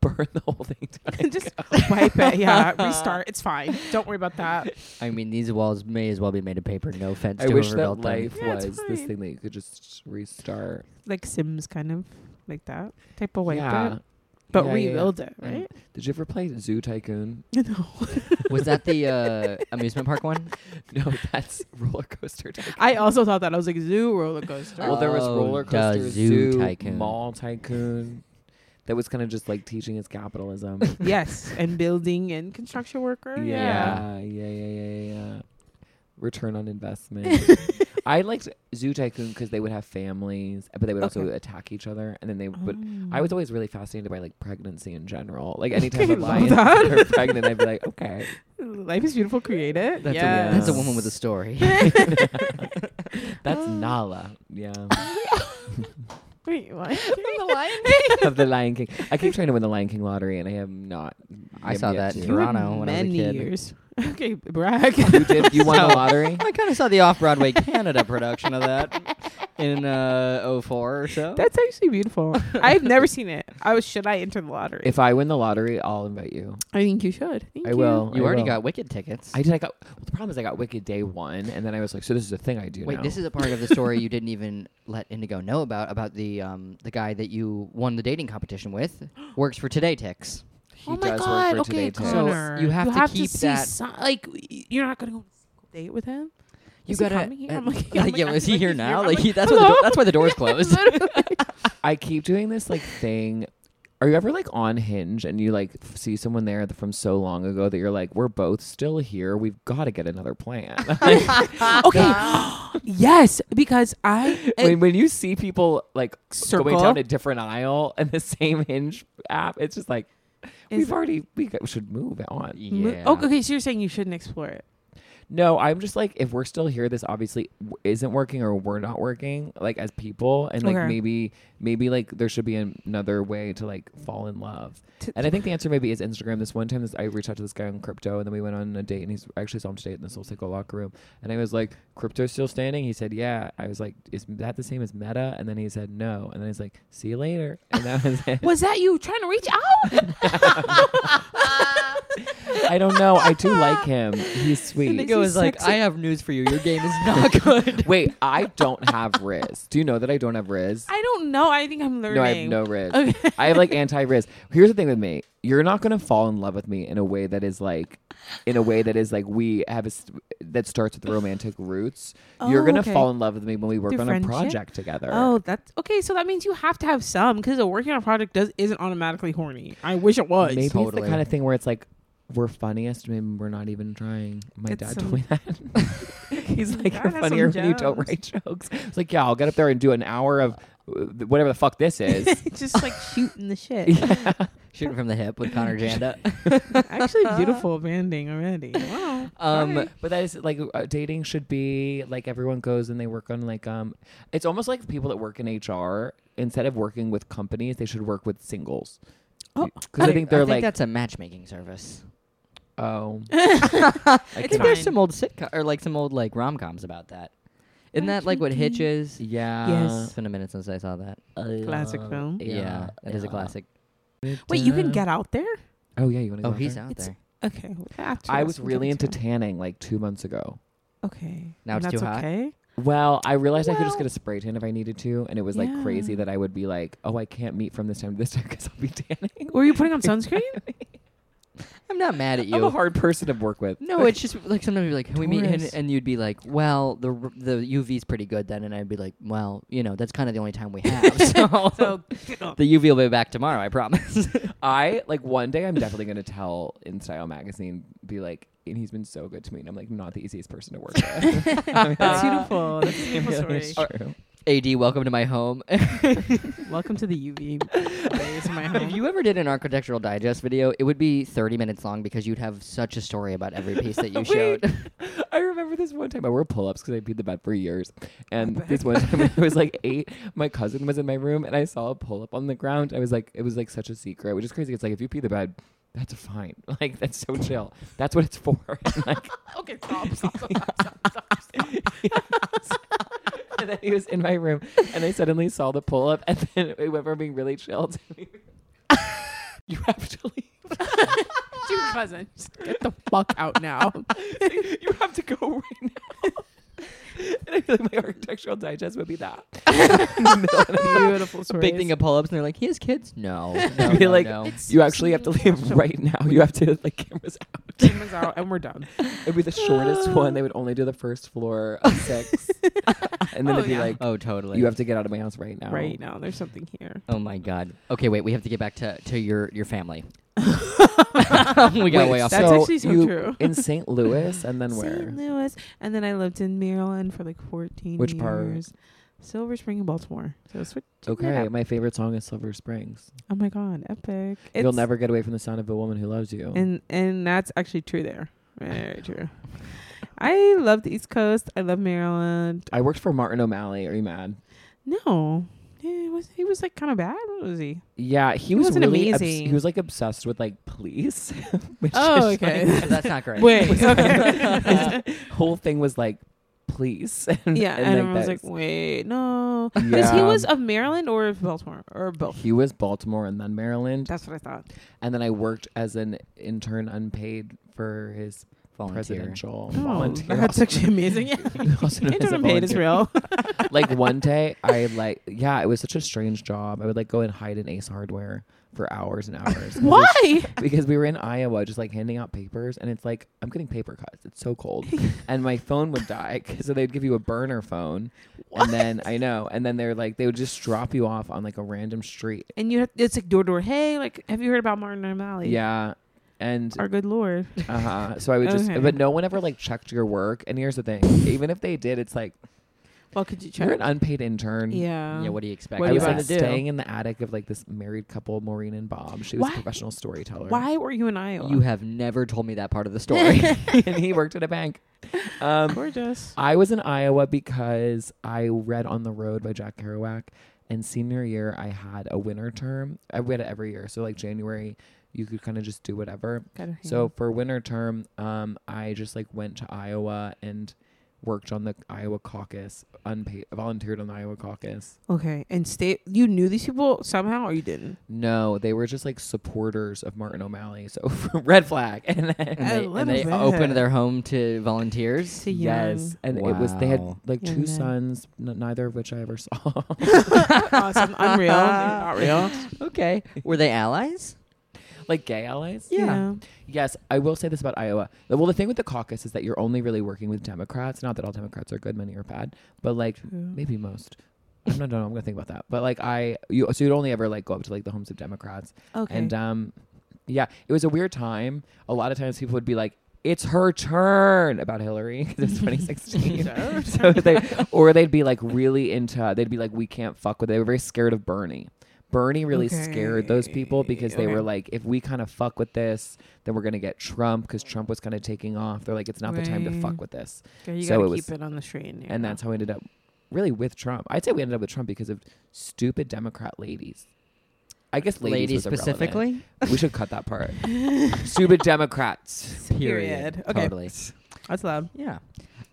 S1: burn the whole thing down.
S2: Just
S3: "Oh
S2: wipe it. Yeah, restart. It's fine. Don't worry about that.
S3: I mean, these walls may as well be made of paper. No offense.
S1: I
S3: to
S1: wish
S3: whoever
S1: that
S3: built them.
S1: life
S2: Yeah, it's
S1: was this
S2: fine.
S1: thing that you could just restart.
S2: Like Sims, kind of like that type of wipe
S1: yeah.
S2: it, but
S1: Yeah, yeah, yeah.
S2: rebuild it,
S3: Mm.
S2: right?
S1: Did you ever play Zoo Tycoon?
S2: No,
S3: was that the uh, amusement park one.
S1: No, that's roller coaster tycoon.
S2: I also thought that I was like zoo roller coaster.
S1: Well, there was
S3: Oh,
S1: roller
S3: duh,
S1: coaster,
S3: Zoo
S1: zoo,
S3: Tycoon.
S1: mall tycoon. That was kind of just like teaching us capitalism.
S2: yes, and building and construction worker. Yeah.
S1: yeah, yeah, yeah, yeah, yeah. Return on investment. I liked Zoo Tycoon because they would have families, but they would also
S2: Okay.
S1: attack each other, and then they. But I
S2: Oh.
S1: was always really fascinated by like pregnancy in general. Like anytime a
S2: Love
S1: lion
S2: that.
S1: are pregnant, I'd be like, okay,
S2: Life is beautiful. Create it.
S3: That's,
S1: Yes.
S3: a, that's a woman with a story.
S1: that's Nala. Yeah,
S2: Wait, what?
S1: of the Lion King. I keep trying to win the Lion King lottery, and I have not.
S3: I
S1: am
S3: saw
S1: yet
S3: that in
S1: to.
S2: You were
S3: Toronto when I was a
S2: many
S3: kid.
S2: years. Okay, brag.
S1: You did. You won the
S3: So-
S1: lottery.
S3: I kind of saw the off Broadway Canada production of that. in uh, 04 or so.
S2: That's actually beautiful. I've never seen it. I was should I enter the lottery?
S1: If I win the lottery, I'll invite you.
S2: I think you should. Thank
S1: I
S2: you.
S1: will.
S3: you
S1: I
S3: already
S1: will.
S3: got Wicked tickets.
S1: I did. I got. Well, the problem is, I got Wicked day one, and then I was like, so this is a thing I do.
S3: Wait,
S1: now.
S3: this is a part of the story you didn't even let Indigo know about about the um, the guy that you won the dating competition with works for Today Ticks.
S1: He
S2: oh my
S1: does
S2: god.
S1: work for today
S2: okay,
S1: Too.
S3: So
S2: Connor.
S3: you have to keep
S2: see
S3: that-
S2: some- like y- you're not gonna go on a single date with him.
S3: You
S2: Is he
S3: gotta
S2: coming here? I'm
S3: uh,
S2: like- I'm like,
S3: yeah,
S2: I'm
S3: is he
S2: like,
S3: here
S2: he's here.
S3: now?
S2: I'm
S3: Like
S2: like,
S3: he, that's why the door, that's why the door's closed.
S1: I keep doing this like thing. Are you ever like on Hinge and you like f- see someone there th- from so long ago that you're like, we're both still here. We've got to get another plan.
S2: okay. yes, because I
S1: when, when you see people like
S2: Circle.
S1: going down a different aisle in the same Hinge app, it's just like we've already we g- should move on.
S2: Mo-
S3: yeah.
S2: oh, okay, so you're saying you shouldn't explore it.
S1: No, I'm just like if we're still here, this obviously w- isn't working or we're not working like as people, and like
S2: Okay.
S1: maybe maybe like there should be another way to like fall in love.
S2: T-
S1: And I think the answer maybe is Instagram. This one time, this, I reached out to this guy on crypto, and then we went on a date, and he's I actually saw him today in the Soul Cycle locker room, and I was like, "Crypto still standing?" He said, "Yeah." I was like, "Is that the same as Meta?" And then he said, "No." And then he's like, "See you later." And that was it.
S2: Was that you trying to reach out?
S1: I don't know. I do like him. He's sweet.
S3: Indigo
S2: he
S3: was like,
S2: sexy?
S3: I have news for you. Your game is not good.
S1: Wait, I don't have Riz. Do you know that I don't have Riz?
S2: I don't know. I think I'm learning.
S1: No, I have no Riz.
S2: Okay.
S1: I have like anti Riz. Here's the thing with me: you're not gonna fall in love with me in a way that is like, in a way that is like we have a st- that starts with romantic roots. you're
S2: Oh,
S1: gonna
S2: okay.
S1: fall in love with me when we work
S2: Through
S1: on
S2: friendship?
S1: a project together.
S2: Oh, that's okay. So that means you have to have some because working on a project does isn't automatically horny. I wish it was.
S1: maybe it's
S3: totally.
S1: the kind of thing where it's like. We're funniest when we're not even trying. My
S2: That's
S1: dad
S2: some-
S1: told me that. He's like,
S2: dad
S1: you're
S2: has some
S1: funnier when you don't
S2: jokes."
S1: write jokes. It's like, yeah, I'll get up there and do an hour of uh, whatever the fuck this is.
S2: just like shooting the shit.
S3: Shooting from the hip with Connor Janda.
S2: Actually, beautiful banding already. Wow.
S3: Um,
S1: But that is like uh, dating should be like everyone goes and they work on like um it's almost like people that work in HR instead of working with companies they should work with singles.
S2: Oh.
S1: Cuz I think they're like
S3: that's a matchmaking service.
S1: oh.
S3: I
S1: Like,
S3: think
S1: fine.
S3: there's some old sitcom or like some old like rom coms about that. Isn't that like what Hitch is?
S1: yeah.
S3: It's
S2: Yes.
S3: been a minute since I saw that.
S2: Classic film.
S3: Yeah, that is a classic.
S2: Wait, you can get out there?
S1: Oh yeah, you want to
S3: Oh,
S1: go.
S3: he's
S1: out
S3: out
S2: It's-
S3: there.
S2: Okay. well, after
S1: there? I
S2: this,
S1: was
S2: we'll
S1: really
S2: get
S1: into tanning like 2 months ago.
S2: Okay.
S3: Now
S2: And
S3: it's too
S2: that's
S3: hot?
S2: Okay.
S1: Well, I realized I could just
S2: Well-
S1: get a spray tan if I needed to and it was like
S2: Yeah.
S1: crazy that I would be like, "Oh, I can't meet from this time to this time cuz I'll be tanning."
S2: Were you putting on sunscreen?
S3: I'm not mad at you.
S1: I'm a hard person to work with.
S3: no, it's just like sometimes you're like, can we meet? And,
S2: Taurus.
S3: and you'd be like, well, the r- the UV's pretty good then, and I'd be like, well, you know, that's kind of the only time we have. So,
S2: so get up.
S3: the UV will be back tomorrow, I promise.
S1: I like one day I'm definitely gonna tell in Style magazine, be like, and he's been so good to me, and I'm like not the easiest person to work with.
S2: that's beautiful. That's a beautiful
S1: Really, it's
S2: story.
S1: true.
S3: Ad, welcome to my home.
S2: Welcome to the UV. ways of my home.
S3: if you ever did an architectural digest video, it would be 30 minutes long because you'd have such a story about every piece that you showed.
S1: I remember this one time I wore pull-ups because I peed the bed for years, and this one time when I was like eight, my cousin was in my room and I saw a pull-up on the ground. I was like, it was like such a secret, which is crazy. It's like if you pee the bed, that's fine. Like that's so chill. That's what it's for. And, like
S2: okay, stop, stop, stop.
S1: and then he was in my room, and I suddenly saw the pull up, and then it went from being really chill to me. you have to leave.
S2: It's your cousin. Just Get the fuck out now.
S1: You have to go right now. and I feel like my architectural digest would be that.
S2: Beautiful story.
S3: Big thing of pull ups, and they're like, he has kids? No. no,
S1: You'd be
S3: no,
S1: like,
S3: no.
S1: you actually have to leave right now. You have to like cameras out.
S2: Cameras out, and we're done.
S1: It'd be the shortest one. They would only do the first floor of six, and then
S2: Oh,
S1: it'd be
S2: yeah.
S1: like,
S3: oh, totally.
S1: you have to get out of my house right now.
S2: Right now, there's something here.
S3: Oh my god. Okay, wait. We have to get back to, to your your family. we got
S1: Wait,
S3: way off.
S2: that's
S3: track.
S2: actually so
S1: you-
S2: true.
S1: In St. Louis, and then where?
S2: St. Louis, and then I lived in Maryland for like 14
S1: Which part?
S2: years. Silver Spring in Baltimore. So switch.
S1: Okay, my favorite song is Silver Springs.
S2: Oh my god, epic!
S1: You'll
S2: It's-
S1: never get away from the sound of a woman who loves you.
S2: And and that's actually true there. Very true. I love the East Coast. I love Maryland.
S1: I worked for Martin O'Malley. Are you mad?
S2: No, he was he was like kind of bad. What was he?
S1: Yeah, he, was
S2: wasn't
S1: really obs-
S2: amazing.
S1: he was like obsessed with like police. which
S2: Oh,
S1: is,
S2: okay.
S1: like-
S3: That's not great.
S2: Wait, okay.
S1: his whole thing was like police.
S2: Yeah, and, I was like,
S1: that's-
S2: wait, no, because he
S1: Yeah.
S2: was of Maryland or Baltimore or both.
S1: he was Baltimore and then Maryland,
S2: That's what I thought.
S1: and then I worked as an intern unpaid for his
S3: Volunteer.
S1: presidential
S2: Oh,
S1: volunteer.
S2: that's actually amazing. Yeah,
S1: Also known as a
S2: intern paid is
S1: volunteer.
S2: real.
S1: like one day I like yeah, it was such a strange job. I would like go and hide in Ace Hardware for hours and hours.
S2: Why?
S1: Because we were in Iowa just like handing out papers and it's like I'm getting paper cuts. It's so cold. and my phone would die cuz so they'd give you a burner phone. And then I know and then they're like they would just drop you off on like a random street.
S2: And you, have, it's like door to door. Hey, like, have you heard about Martin O'Malley?
S1: Yeah. And
S2: our good lord.
S1: uh so I would just
S2: Okay.
S1: but no one ever like checked your work. And here's the thing, even if they did, it's like
S2: Well, could you
S1: you're
S2: check?
S1: an unpaid intern.
S2: Yeah.
S3: yeah, what do you expect?
S2: What
S1: I
S2: are you
S1: was
S2: about
S1: like
S2: to do?
S1: staying in the attic of like this married couple, Maureen and Bob. She was
S2: Why-
S1: a professional storyteller.
S2: Why were you in Iowa?
S3: You have never told me that part of the story.
S1: and he worked at a bank. Um,
S2: gorgeous.
S1: I was in Iowa because I read On the Road by Jack Kerouac. And senior year, I had a winter term. I read it every year. So like January, you could kind of just do whatever.
S2: Gotta hang
S1: So for winter term, um, I just like went to Iowa and worked on the Iowa caucus, unpaid, volunteered on the Iowa caucus.
S2: on. okay, and stay. You knew these people somehow, or you didn't?
S1: No, they were just like supporters of Martin O'Malley. So red flag. And then,
S3: and
S2: A
S3: they,
S2: little
S3: and they
S2: bit.
S3: opened their home to volunteers.
S2: To
S1: yes, and it was they had
S3: Wow.
S1: like
S2: Young
S1: two
S2: men.
S1: sons, n- neither of which I ever saw.
S2: awesome. Unreal. They're
S1: Uh,
S2: not real.
S3: Okay. Were they allies?
S1: like gay allies.
S3: Yeah.
S1: Yes, I will say this about Iowa. Well, the thing with the caucus is that you're only really working with Democrats. Not that all Democrats are good, many are bad, but like maybe most. I'm not. know. I'm gonna think about that. But like I, you, so you'd only ever like go up to like the homes of Democrats.
S2: Okay.
S1: And um, yeah, it was a weird time. A lot of times people would be like, "It's her turn" about Hillary 'cause it's 2016. so they, or they'd be like really into. They'd be like, "We can't fuck with." It. They were very scared of Bernie. Bernie really scared those people because they
S2: Okay.
S1: were like, if we kind of fuck with this, then we're gonna get Trump because Trump was kind of taking off. They're like, it's not the time to
S2: Right.
S1: fuck with this,
S2: Okay, you
S1: so
S2: gotta
S1: it was-
S2: keep it on the street. And,
S1: and that's how we ended up, really, with Trump. I'd say we ended up with Trump because of stupid Democrat ladies. I guess ladies,
S3: Ladies
S1: was irrelevant.
S3: specifically?
S1: We should cut that part. Stupid Democrats.
S2: Period. Okay.
S3: Totally.
S2: that's loud.
S3: Yeah.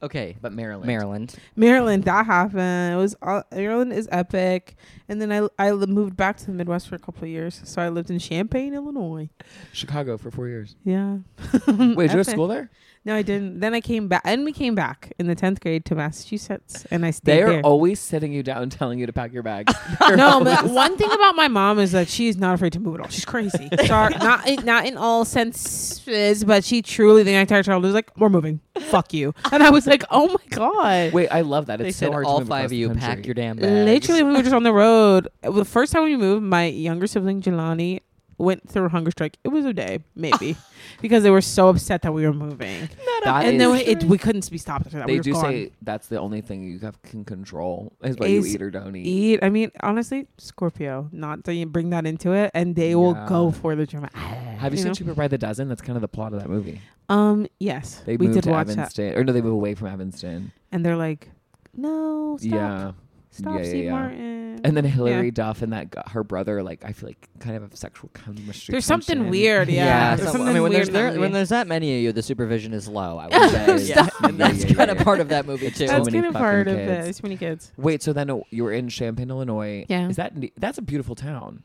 S3: Okay.
S1: But Maryland.
S3: Maryland.
S2: Maryland, that happened. It was all, Maryland is epic. And then I I li- moved back to the Midwest for a couple of years, so I lived in Champaign, Illinois.
S1: Chicago for four years.
S2: Yeah.
S1: Wait, did you go to
S2: Epic.
S1: school there?
S2: No, I didn't. Then I came back, and we came back in the tenth grade to Massachusetts, and I stayed
S1: They're
S2: there.
S1: always sitting you down telling you to pack your bags. They're
S2: no,
S1: always-
S2: but one thing about my mom is that she's not afraid to move at all. She's crazy. Sorry, not in, not in all senses, but she truly the entire child was like, "We're moving. Fuck you." And I was like, "Oh my god."
S1: Wait, I love that.
S2: They
S1: It's so
S3: Said
S1: hard to
S3: all
S1: move
S3: five
S1: across
S3: of
S1: the
S3: you pack
S1: country.
S3: your damn bags.
S2: Literally, we were just on the road. The first time we moved, my younger sibling Jelani went through a hunger strike. It was a day, maybe, because they were so upset that we were moving,
S1: That
S2: and
S1: is-
S2: then we, it, we couldn't be stopped after that.
S1: they
S2: we were
S1: do
S2: gone.
S1: say that's the only thing you have can control is what you
S2: Is
S1: eat or don't eat.
S2: eat. I mean, honestly, Scorpio. Not that you bring that into it, and they will
S1: Yeah.
S2: go for the drama.
S1: Have you,
S2: you
S1: seen
S2: know?
S1: Cheaper by the Dozen? That's kind of the plot of that movie.
S2: Um, yes,
S1: They
S2: we
S1: move
S2: did
S1: to
S2: watch that,
S1: Evanston, or no, they move away from Evanston.
S2: and they're like, "No, stop,
S1: Yeah,
S2: stop,
S1: Yeah, yeah,
S2: Steve
S1: yeah.
S2: Martin."
S1: and then Hillary Duff and that gu- her brother, like I feel like kind of have sexual chemistry.
S2: there's something
S1: tension.
S2: weird. Yeah,
S1: Yeah,
S2: there's
S1: so- I
S2: something
S3: I mean, when
S2: weird.
S3: there's
S2: in
S3: there-
S2: that movie.
S3: when there's that many of you, the supervision is low. I would say,
S1: Stop.
S3: and that's
S1: Yeah, yeah,
S3: kind of
S1: yeah.
S3: part of that movie
S1: so
S3: too.
S2: that's
S1: many
S2: kind
S1: fucking
S2: of part of it.
S1: kids.
S2: It's many kids.
S1: Wait, so then uh, you were in Champaign, Illinois.
S2: Yeah.
S1: is that ne- that's a beautiful town?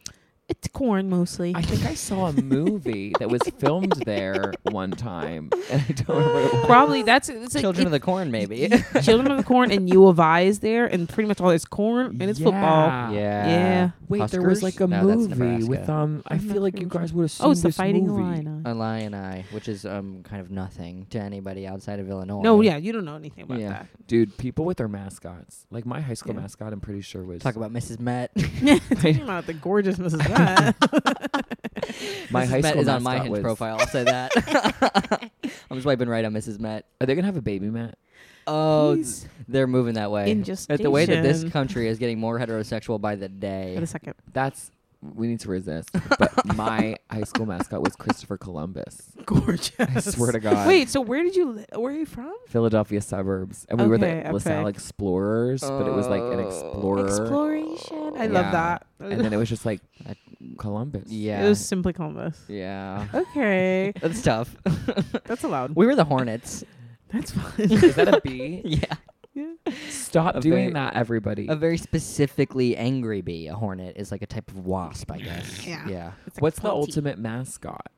S2: It's corn mostly.
S1: I think I saw a movie that was filmed there one time, and I don't remember. What it was.
S2: Probably that's it's like
S3: Children of the Corn, maybe.
S2: the Children of the Corn and U of I is there, and pretty much all is corn and it's football.
S1: Ah, Yeah.
S2: Yeah.
S1: Wait, there was
S3: Huskers?
S1: like a
S3: No, that's
S1: movie with
S3: Nebraska.
S1: um. I
S2: I'm
S1: feel
S2: not
S1: like
S2: sure
S1: you
S2: which one.
S1: guys would have seen.
S2: Oh, it's the
S1: this
S2: Fighting
S1: movie.
S2: Illini.
S3: A lion eye, which is um kind of nothing to anybody outside of Illinois.
S2: No, yeah, you don't know anything about
S3: Yeah.
S2: that.
S1: Dude, people with their mascots. Like my high school
S2: Yeah.
S1: mascot, I'm pretty sure was
S3: Talk about Mrs. Met.
S2: Talking about the gorgeousness of that.
S1: my
S3: Mrs.
S1: high
S3: Met
S1: school
S3: is on my
S1: mascot
S3: hinge
S1: was-
S3: profile. I'll say that. I'm swiping right on Mrs. Met.
S1: Are they gonna have a baby Matt?
S3: Oh,
S2: He's
S3: they're moving that way.
S2: in
S3: At the way that this
S2: gestation.
S3: country is getting more heterosexual by the day.
S2: Wait a second.
S1: That's we need to resist. But my high school mascot was Christopher Columbus.
S2: Gorgeous.
S1: I swear to God.
S2: Wait, so where did you li- where are you from?
S1: Philadelphia suburbs, and we were
S2: Okay,
S1: the LaSalle
S2: epic.
S1: Explorers, but it was like an
S3: Oh.
S1: explorer.
S2: Exploration. I
S1: Yeah.
S2: love that.
S1: and then it was just like
S3: I-
S1: Columbus.
S3: yeah.
S2: It was simply Columbus.
S3: yeah.
S2: Okay.
S3: That's tough.
S2: That's allowed.
S3: we were the Hornets.
S2: That's fine.
S1: Is that a B?
S3: yeah.
S1: Stop
S3: A very-
S1: doing that, everybody.
S3: A very specifically angry bee. A hornet is like a type of wasp, I guess.
S2: Yeah.
S3: Yeah.
S2: It's like
S1: What's the
S2: plenty.
S1: ultimate mascot?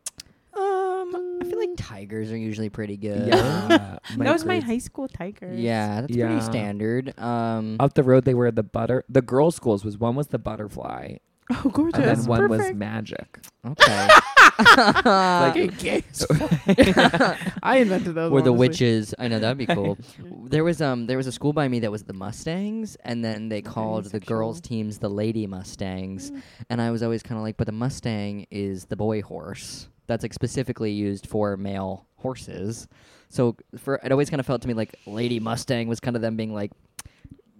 S2: Um,
S3: I feel like tigers are usually pretty good.
S2: that was my
S1: grades-
S2: high school tiger.
S3: Yeah, that's
S1: Yeah.
S3: pretty standard. Um,
S1: Up the road, they were the butter. The girls' schools was one was the butterfly,
S2: Oh, gorgeous.
S1: and then one was
S2: Perfect.
S1: magic.
S3: okay.
S1: like
S2: I invented those.
S3: or the
S2: honestly.
S3: witches. I know that'd be cool. there was um there was a school by me that was the Mustangs, and then they called the girls' teams the Lady Mustangs,
S2: Mm.
S3: and I was always kind of like, but the Mustang is the boy horse. That's like specifically used for male horses. So for it always kind of felt to me like Lady Mustang was kind of them being like.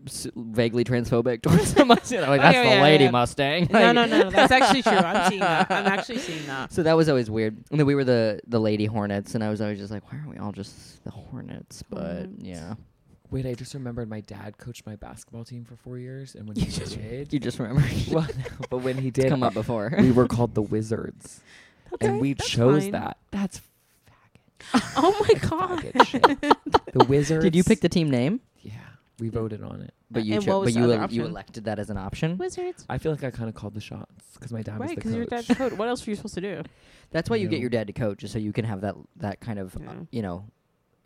S3: s- Vaguely transphobic towards the Mustang. I'm like,
S2: Oh,
S3: that's
S2: yeah,
S3: the
S2: yeah,
S3: lady
S2: yeah.
S3: Mustang.
S2: No,
S3: Like-
S2: no, no, no. That's actually true. I'm seeing that. I'm actually seeing that.
S3: So that was always weird. And then we were the the lady hornets, and I was always just like, why aren't we all just the hornets? But
S2: Hornets.
S3: yeah,
S1: Wait, I just remembered my dad coached my basketball team for four years, and when he did,
S3: you just remember.
S1: well, no, but when he
S3: it's
S1: did, uh,
S3: come up before.
S1: we were called the Wizards, and
S2: Okay,
S1: we
S2: that's
S1: chose
S2: fine.
S1: that. That's
S2: Oh my god.
S1: faggot shit. The Wizards.
S3: Did you pick the team name?
S1: Yeah, we voted on it.
S3: But you
S2: Uh, And what
S3: chose. But
S2: was
S3: you
S2: the
S3: el-
S2: other
S3: you
S2: option?
S3: elected that as an option.
S2: Wizards.
S1: I feel like I kind of called the shots because my dad
S2: Right,
S1: was the
S2: your dad's
S1: coach.
S2: the coach. What else were you supposed to do?
S3: That's why you get
S1: Yeah.
S3: your dad to coach, is so you can have that that kind of uh,
S2: Yeah.
S3: you know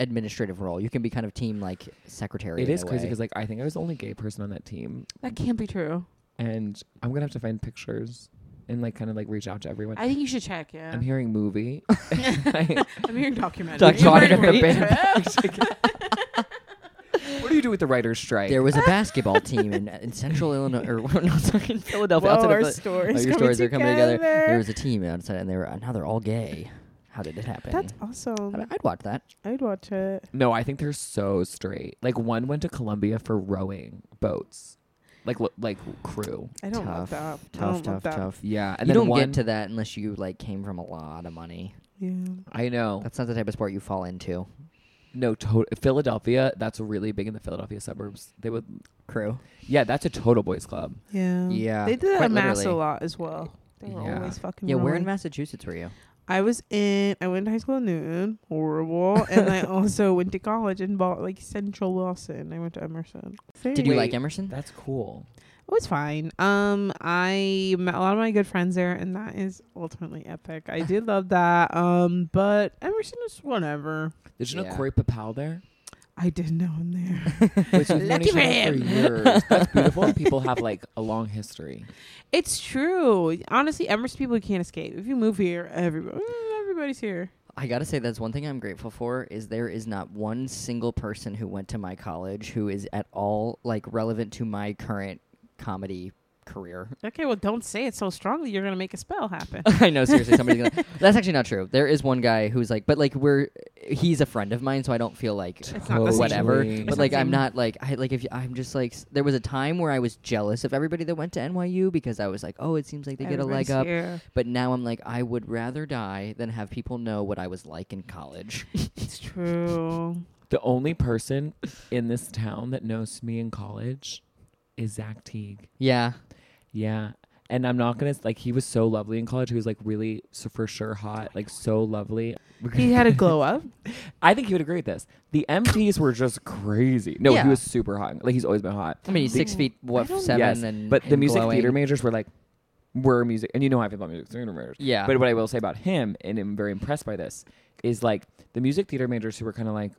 S3: administrative role. You can be kind of team like secretary.
S1: It
S3: in
S1: is
S3: a
S1: crazy
S3: way.
S1: because like I think I was the only gay person on that team,
S2: That can't be true.
S1: and I'm gonna have to find pictures and like kind of like reach out to everyone.
S2: I think you should check. Yeah.
S1: I'm hearing movie.
S2: I'm hearing documentary.
S3: Documentary.
S2: You're very
S1: Documentary.
S2: right.
S1: what do you do with the writer's strike?
S3: there was a basketball team in, in Central Illinois or no, sorry, in Philadelphia.
S2: Whoa,
S3: outside of
S2: our
S3: Phil-
S2: stories,
S3: oh,
S2: coming
S3: your stories are
S2: together.
S3: coming together. There was a team outside, and they were and now they're all gay. How did it happen?
S2: That's
S3: I
S2: awesome.
S3: would watch that.
S2: I'd watch it.
S1: no, I think they're so straight. Like one went to Colombia for rowing boats, like lo- like crew.
S2: I don't
S3: tough,
S2: love that. I
S3: tough,
S2: don't love
S3: tough,
S2: that.
S3: tough.
S1: Yeah, and
S3: you
S1: then
S3: don't
S1: one,
S3: get to that unless you like came from a lot of money.
S2: Yeah.
S1: I know.
S3: That's not the type of sport you fall into.
S1: No, to- Philadelphia. That's really big in the Philadelphia suburbs. They would.
S3: Crew.
S1: Yeah, that's a total boys club.
S2: Yeah.
S3: Yeah,
S2: They did that
S3: quite
S2: at Mass a
S3: literally.
S2: lot as well. They were
S1: Yeah.
S2: always fucking.
S3: Yeah, where in
S2: rolling.
S3: Massachusetts were you?
S2: I was in. I went to high school in Newton. Horrible. and I also went to college in Bal- like Central Boston. I went to Emerson.
S3: Did you
S1: Wait.
S3: like Emerson?
S1: That's cool.
S2: It was fine. Um, I met a lot of my good friends there, and that is ultimately epic. I did love that. Um, but Emerson is whatever.
S1: Did you know
S3: Yeah.
S1: Corey Papal there?
S2: I did know him there.
S1: Which is
S2: Lucky for him.
S1: For years. That's beautiful. and people have like a long history.
S2: It's true. Honestly, Emerson people you can't escape. If you move here, everybody, mm, everybody's here.
S3: I gotta say that's one thing I'm grateful for is there is not one single person who went to my college who is at all like relevant to my current comedy career.
S2: Okay, well, don't say it so strongly. You're gonna make a spell happen.
S3: I know seriously somebody's gonna That's actually not true. There is one guy who's like but like we're he's a friend of mine so I don't feel like
S2: It's not the same.
S3: whatever.
S1: Totally.
S3: But like, I'm not like I like if you- I'm just like s- there was a time where I was jealous of everybody that went to NYU because I was like, oh, it seems like they
S2: Everybody's
S3: get a leg up.
S2: here.
S3: But now I'm like, I would rather die than have people know what I was like in college.
S2: It's true.
S1: The only person in this town that knows me in college is Zach Teague.
S3: yeah,
S1: Yeah. And I'm not gonna like he was so lovely in college. He was like really so for sure hot, like so lovely.
S2: he had a glow up.
S1: I think he would agree with this. The MTs were just crazy. No,
S3: Yeah.
S1: he was super hot. Like he's always been hot.
S3: I mean, he's six
S2: Ooh.
S3: feet what
S2: I don't-
S3: seven
S1: yes,
S3: and
S1: but the
S3: and
S1: music
S3: glowing.
S1: theater majors were like were music, and you know how I feel about music theater majors.
S3: Yeah,
S1: But what I will say about him, and I'm very impressed by this, is like the music theater majors who were kind of like,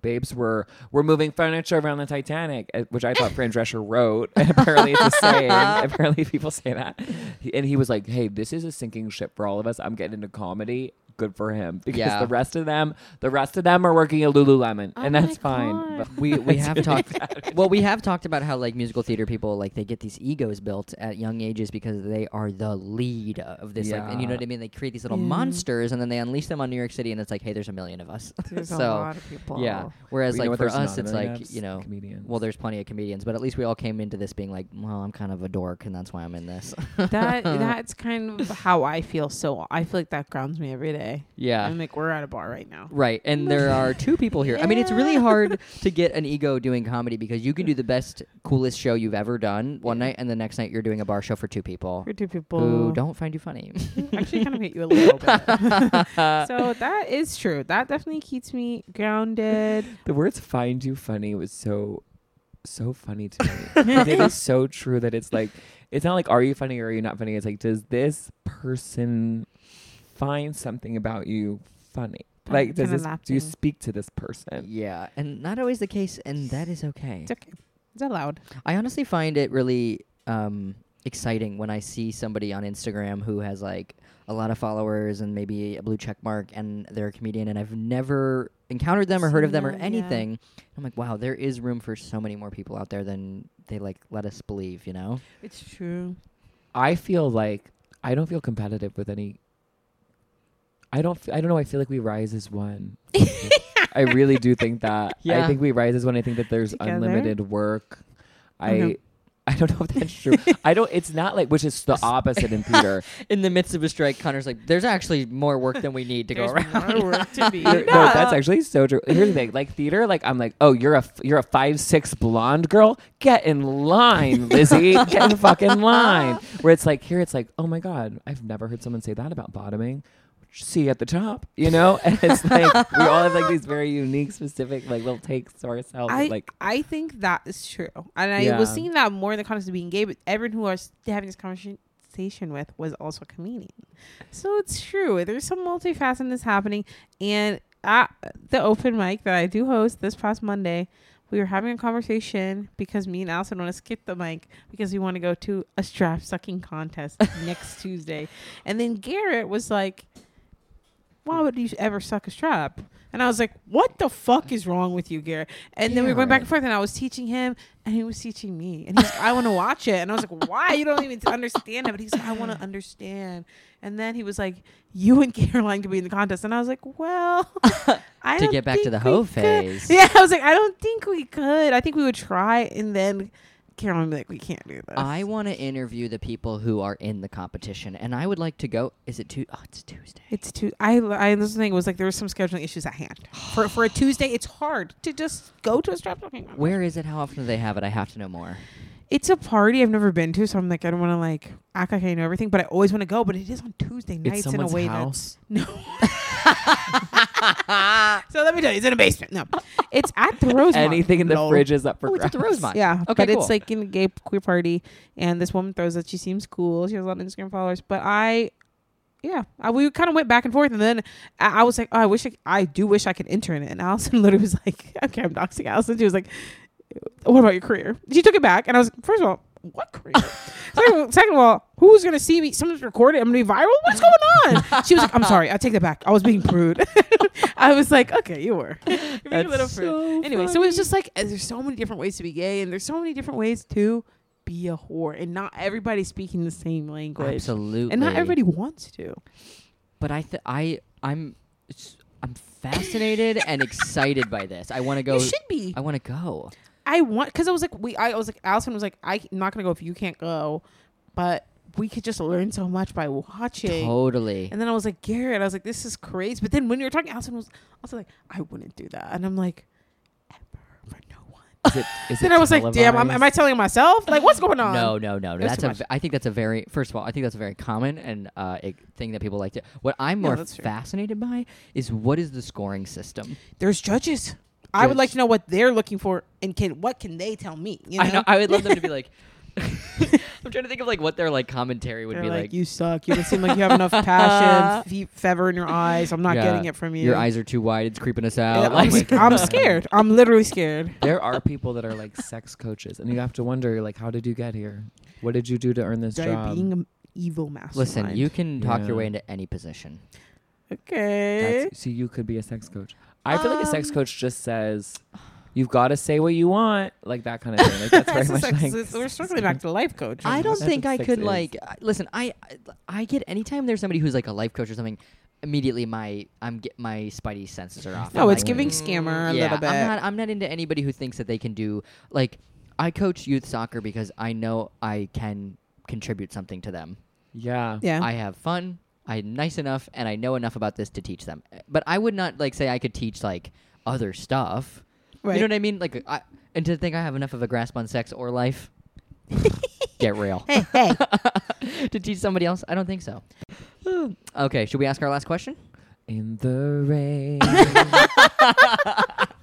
S1: babes were we're moving furniture around the Titanic, uh, which I thought Fran Drescher wrote. And apparently it's a saying. apparently people say that. He- and he was like, hey, this is a sinking ship for all of us. I'm getting into comedy. Good for him because
S3: Yeah.
S1: the rest of them, the rest of them are working at Lululemon,
S2: Oh
S1: and
S2: my
S1: that's fine.
S2: God.
S1: But
S3: we we have talked. Well, we have talked about how like musical theater people like they get these egos built at young ages because they are the lead of this. Like, and you know
S1: Yeah.
S3: what I mean? They create these little
S2: Yeah.
S3: monsters, and then they unleash them on New York City, and it's like, hey, there's a million of us.
S2: There's a
S3: So,
S2: lot of people.
S3: Yeah. Whereas
S1: you know
S3: like
S1: what
S3: for
S1: there's not
S3: us,
S1: a
S3: it's
S1: million
S3: like
S1: of?
S3: you know,
S1: comedians.
S3: well, there's plenty of comedians, but at least we all came into this being like, well, I'm kind of a dork, and that's why I'm in this.
S2: that that's kind of how I feel. So I feel like that grounds me every day.
S3: yeah.
S2: I'm like, we're at a bar right now.
S3: Right, and there are two people here. I mean, it's really hard to get an ego doing comedy because you can do the best, coolest show you've ever done one night, and the next night you're doing a bar show for two people
S2: We're two people
S3: who don't find you funny.
S2: actually kind of hate you a little bit. so that is true. That definitely keeps me grounded.
S1: the words "find you funny" was so so funny to me. it is so true that it's like it's not like are you funny or are you not funny? It's like does this person find something about you funny?
S2: Funny,
S1: Like does
S2: kinda
S1: this do you
S2: laughing.
S1: speak to this person?
S3: Yeah, and not always the case, and that is okay.
S2: It's okay. It's allowed.
S3: I honestly find it really um, exciting when I see somebody on Instagram who has like a lot of followers and maybe a blue check mark and they're a comedian and I've never encountered them or heard of them or
S2: Seen them, yeah.
S3: anything. I'm like, wow, there is room for so many more people out there than they like let us believe, you know?
S2: It's true.
S1: I feel like I don't feel competitive with any. I don't. f- I don't know. I feel like we rise as one. I really do think that. I
S3: Yeah.
S1: think we rise as one. I think that there's
S2: Together?
S1: unlimited work. I.
S2: Mhm.
S1: I don't know if that's true. I don't. It's not like which is the opposite in Peter.
S3: In the midst of a strike, Connor's like, there's actually more work than we need to go around.
S2: work to be.
S1: You're- No, that's actually so true. Here's the thing, like theater, like I'm like, oh, you're a f- you're a five six blonde girl. Get in line, Lizzie. Get in fucking line. Where it's like here, it's like, oh my god, I've never heard someone say that about bottoming. See at the top, you know, and it's like we all have like these very unique, specific like little takes to ourselves.
S2: I
S1: like
S2: I think that is true, and I
S1: Yeah.
S2: was seeing that more in the context of being gay. But everyone who I was having this conversation with was also a comedian, so it's true. There's some multifacetedness happening, and at the open mic that I do host this past Monday. We were having a conversation because me and Allison want to skip the mic because we want to go to a strap sucking contest next Tuesday. And then Garrett was like, why would you ever suck a strap? And I was like, what the fuck is wrong with you, Garrett? And then we were going back and forth, and I was teaching him, and he was teaching me. And he's like, I want to watch it. And I was like, why? You don't even understand it. But he's like, I want to understand. And then he was like, you and Caroline could be in the contest. And I was like, well, I
S3: To
S2: don't
S3: get back to
S2: think
S3: the hoe
S2: we could."
S3: phase.
S2: Yeah, I was like, I don't think we could. I think we would try. And then Caroline would be like, we can't do this.
S3: I want to interview the people who are in the competition, and I would like to go. Is it Tu- Oh, it's Tuesday.
S2: It's too. I I this thing was like there was some scheduling issues at hand for for a Tuesday. It's hard to just go to a strap talking.
S3: Where is it? How often do they have it? I have to know more.
S2: It's a party I've never been to, so I'm like I don't want to like act like I know everything, but I always want to go. But it is on Tuesday nights in a way
S1: house.
S2: that's no. so let me tell you, it's in a basement. No, it's at the Rosemont.
S1: Anything in the
S2: No.
S1: fridge is up for
S3: Oh, it's
S1: grabs.
S3: at the Rosemont.
S2: Yeah,
S3: Okay,
S2: but
S3: cool.
S2: it's like in a gay queer party, and this woman throws that she seems cool. She has a lot of Instagram followers, but I, yeah, I, we kind of went back and forth, and then I, I was like, oh, I wish I, I do wish I could intern it. And Allison literally was like, okay, I'm doxing Allison. She was like, what about your career? She took it back, and I was like, first of all, what career? second, second of all, who's gonna see me? Someone's recorded. I'm gonna be viral. What's going on? She was like, I'm sorry, I take that back. I was being prude. I was like, okay, you were. You're being a little prude anyway, so it's just like uh, there's so many different ways to be gay, and there's so many different ways to be a whore, and not everybody's speaking the same language,
S3: Absolutely.
S2: and not everybody wants to.
S3: But I, th- I, I'm, it's, I'm fascinated and excited by this. I want to go.
S2: You should be.
S3: I want to go.
S2: I want because I was like, we. I was like, Allison was like, I'm not gonna go if you can't go, but we could just learn so much by watching.
S3: Totally.
S2: And then I was like, Garrett, I was like, this is crazy. But then when you were talking, Allison was also like, I wouldn't do that, and I'm like, ever for no one.
S1: Is it, is
S2: Then
S1: it
S2: I was like, damn, I'm,
S1: televised?
S2: am I telling myself? Like, what's going on?
S3: No, no, no.
S2: That's
S3: That's
S2: too
S3: a.
S2: much.
S3: v- I think that's a very. First of all, I think that's a very common and uh, a thing that people like to. What I'm
S2: Yeah,
S3: more
S2: that's true.
S3: fascinated by is what is the scoring system.
S2: there's judges. I would like to know what they're looking for and can what can they tell me? You know,
S3: I know. I would love them to be like. I'm trying to think of like what their like commentary would
S2: They're
S3: be
S2: like,
S3: like.
S2: you suck. You don't seem like you have enough passion, fe- feather in your eyes. I'm not
S3: Yeah.
S2: getting it from you.
S3: Your eyes are too wide. It's creeping us
S2: And
S3: out. Oh
S2: I'm,
S3: Like,
S2: I'm scared. I'm literally scared.
S1: There are people that are like sex coaches, and you have to wonder, like, how did you get here? What did you do to earn this
S2: They're
S1: job?
S2: being an evil mastermind.
S3: listen, you can talk
S1: Yeah.
S3: your way into any position.
S2: okay?
S1: That's, so you could be a sex coach. I feel like a sex
S2: Eh? Um,
S1: coach just says, "You've got to say what you want," like that kind of thing. Like that's very
S2: That's
S1: much
S2: a sex-
S1: like
S2: we're circling back to life coach.
S3: I don't
S1: That's
S3: think
S1: what
S3: I
S1: sex
S3: could
S1: is.
S3: like I- listen. I I- I get anytime there's somebody who's like a life coach or something. Immediately, my I'm get my spidey senses are off.
S2: No,
S3: I'm
S2: Oh, it's
S3: like,
S2: giving
S3: "Mm,
S2: scammer a
S3: yeah,
S2: little bit.
S3: I'm not I'm not into anybody who thinks that they can do like I coach youth soccer because I know I can contribute something to them.
S1: yeah.
S2: yeah.
S3: I have fun. I'm nice enough, and I know enough about this to teach them. But I would not like say I could teach like other stuff.
S2: right.
S3: You know what I mean? Like, I, and to think I have enough of a grasp on sex or life. Get real.
S2: hey, hey.
S3: to teach somebody else? I don't think so. Okay, should we ask our last question?
S1: In the rain.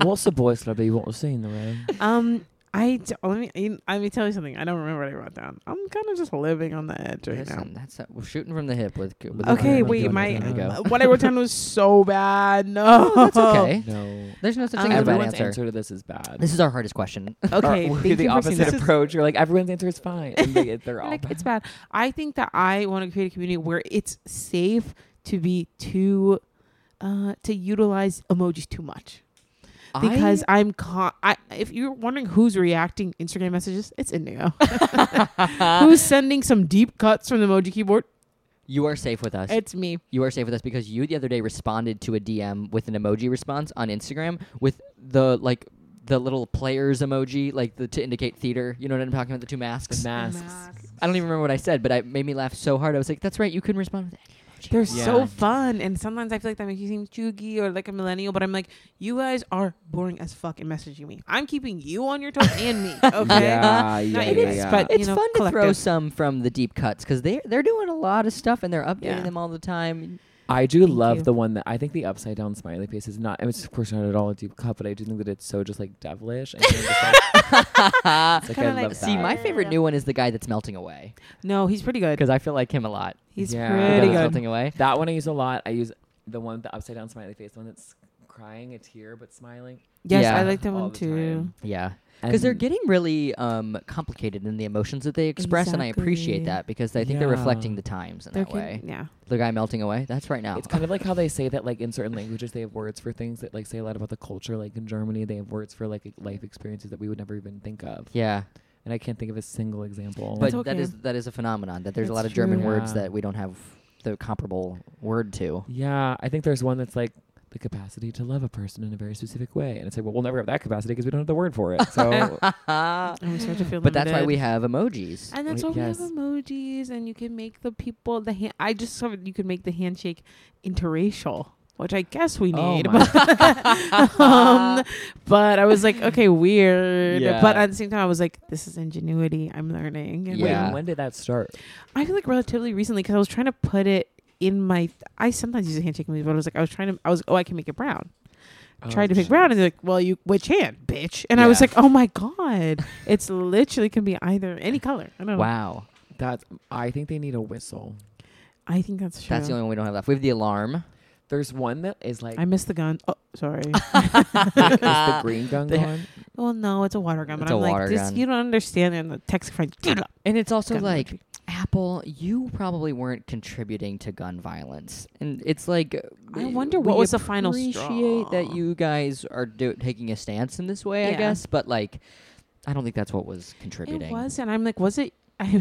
S1: What's the boy club that you want to see in the rain?
S2: Um, I d- let me you- let me tell you something. I don't remember what I wrote down. I'm kind of just living on the edge right now.
S3: Listen, that's a, we're shooting from the hip with. with the
S2: Okay,
S3: We're
S2: wait,
S3: doing
S2: my
S3: it. Here we go.
S2: what I wrote down was so bad. No,
S3: That's
S2: Eh?
S3: okay.
S1: No.
S3: There's no such
S2: Um,
S3: thing as a bad
S1: Everyone's
S3: answer.
S1: answer. to this is bad.
S3: This is our hardest question.
S2: Okay,
S1: Or we do
S2: thank
S1: the
S2: you for saying
S1: opposite
S2: that.
S1: approach. You're like everyone's answer is fine, and they, they're all
S2: like
S1: bad.
S2: it's bad. I think that I want to create a community where it's safe to be too uh to utilize emojis too much because I, am con- I if you're wondering who's reacting Instagram messages, it's Indigo. who's sending some deep cuts from the emoji keyboard?
S3: you are safe with us.
S2: It's me.
S3: you are safe with us because you the other day responded to a DM with an emoji response on Instagram with the like the little players emoji, like the to indicate theater. You know what I'm talking about? The two masks.
S1: the masks.
S3: I don't even remember what I said, but I- it made me laugh so hard. I was like, "That's right, you can respond with any emoji."
S2: They're so
S1: Yeah.
S2: fun, and sometimes I feel like that makes you seem chuggy or like a millennial. But I'm like, you guys are boring as fuck and messaging me. I'm keeping you on your toes and me. Okay,
S1: Yeah, yeah,
S2: Not
S1: yeah,
S2: it is,
S1: yeah.
S2: but
S3: It's
S2: you know,
S3: fun to throw
S2: collective.
S3: some from the deep cuts because they they're doing a lot of stuff and they're updating
S2: Yeah.
S3: them all the time.
S1: I do
S2: Thank
S1: love
S2: you.
S1: the one that I think the upside down smiley face is not. I mean, it's of course not at all a deep cut, but I do think that it's so just like devilish. And kinda just, like, it's like, I
S2: Kinda like,
S1: love
S3: See,
S1: that.
S3: my favorite new one is the guy that's melting away
S2: No, he's pretty good.
S3: because I feel like him a lot.
S2: He's
S1: Yeah.
S3: The guy
S2: pretty
S3: that's
S2: good.
S3: melting away.
S1: that one I use a lot. I use the one with the upside down smiley face, the one that's crying a tear but smiling.
S2: Yes,
S3: Yeah.
S2: I like that
S1: all
S2: one
S1: the
S2: too.
S1: time.
S3: Yeah, because they're
S1: And-
S3: getting really um, complicated in the emotions that they express, and I appreciate
S2: Exactly.
S3: that because I think they're
S1: Yeah.
S3: reflecting the times in
S2: They're
S3: that
S2: kin-
S3: way.
S2: yeah.
S3: The guy melting away. That's right now.
S1: It's kind of like how they say that, like in certain languages, they have words for things that, like, say a lot about the culture. Like in Germany, they have words for like life experiences that we would never even think of.
S3: yeah,
S1: And I can't think of a single example.
S3: but that
S2: okay.
S3: is that is a phenomenon that there's a lot of
S2: That's
S3: German
S1: true.
S3: words
S1: Yeah.
S3: that we don't have the comparable word to.
S1: yeah, I think there's one that's like the capacity to love a person in a very specific way, and it's like, well, we'll never have that capacity because we don't have the word for it. So
S2: I'm starting to feel
S3: But that's why
S2: limited.
S3: we have emojis.
S2: And that's why
S1: Wait,
S2: we have
S1: yes.
S2: emojis, and you can make the people the hand. I just discovered you can make the handshake interracial, which I guess we
S1: Oh
S2: need.
S1: my-
S2: but, um, but I was like, okay, weird.
S3: Yeah.
S2: But at the same time, I was like, this is ingenuity. I'm learning. And, like,
S1: Wait,
S3: Yeah.
S1: when did that start?
S2: I feel like relatively recently because I was trying to put it in my. I sometimes use a handshake emoji, but I was like, I was trying to. I was oh, I can make it brown. tried
S1: Um,
S2: to pick brown and they're like, well, you which hand, bitch? And I was
S3: Oh, Yeah.
S2: like, oh my god, it's literally can be either any color. I don't know.
S3: Wow,
S1: That's. I think they need a whistle.
S2: I think that's true.
S3: that's the only one we don't have left. We have the alarm.
S1: There's one that is like
S2: I missed the gun. Oh, sorry.
S1: is the green gun
S3: They-
S1: gone?
S2: well, no, it's a water gun. But
S3: It's a
S2: I'm like,
S3: water
S2: this,
S3: gun.
S2: you don't understand. And the text friend, get up.
S3: And it's also
S2: Gun
S3: like
S2: emoji.
S3: Apple, you probably weren't contributing to gun violence, and it's like
S2: I
S3: uh,
S2: wonder
S3: we
S2: what was the final
S3: Appreciate that
S2: straw.
S3: you guys are do- taking a stance in this way, I
S2: Yeah.
S3: guess, but like, I don't think that's what was
S2: It
S3: contributing.
S2: was, and I'm like, was it? I,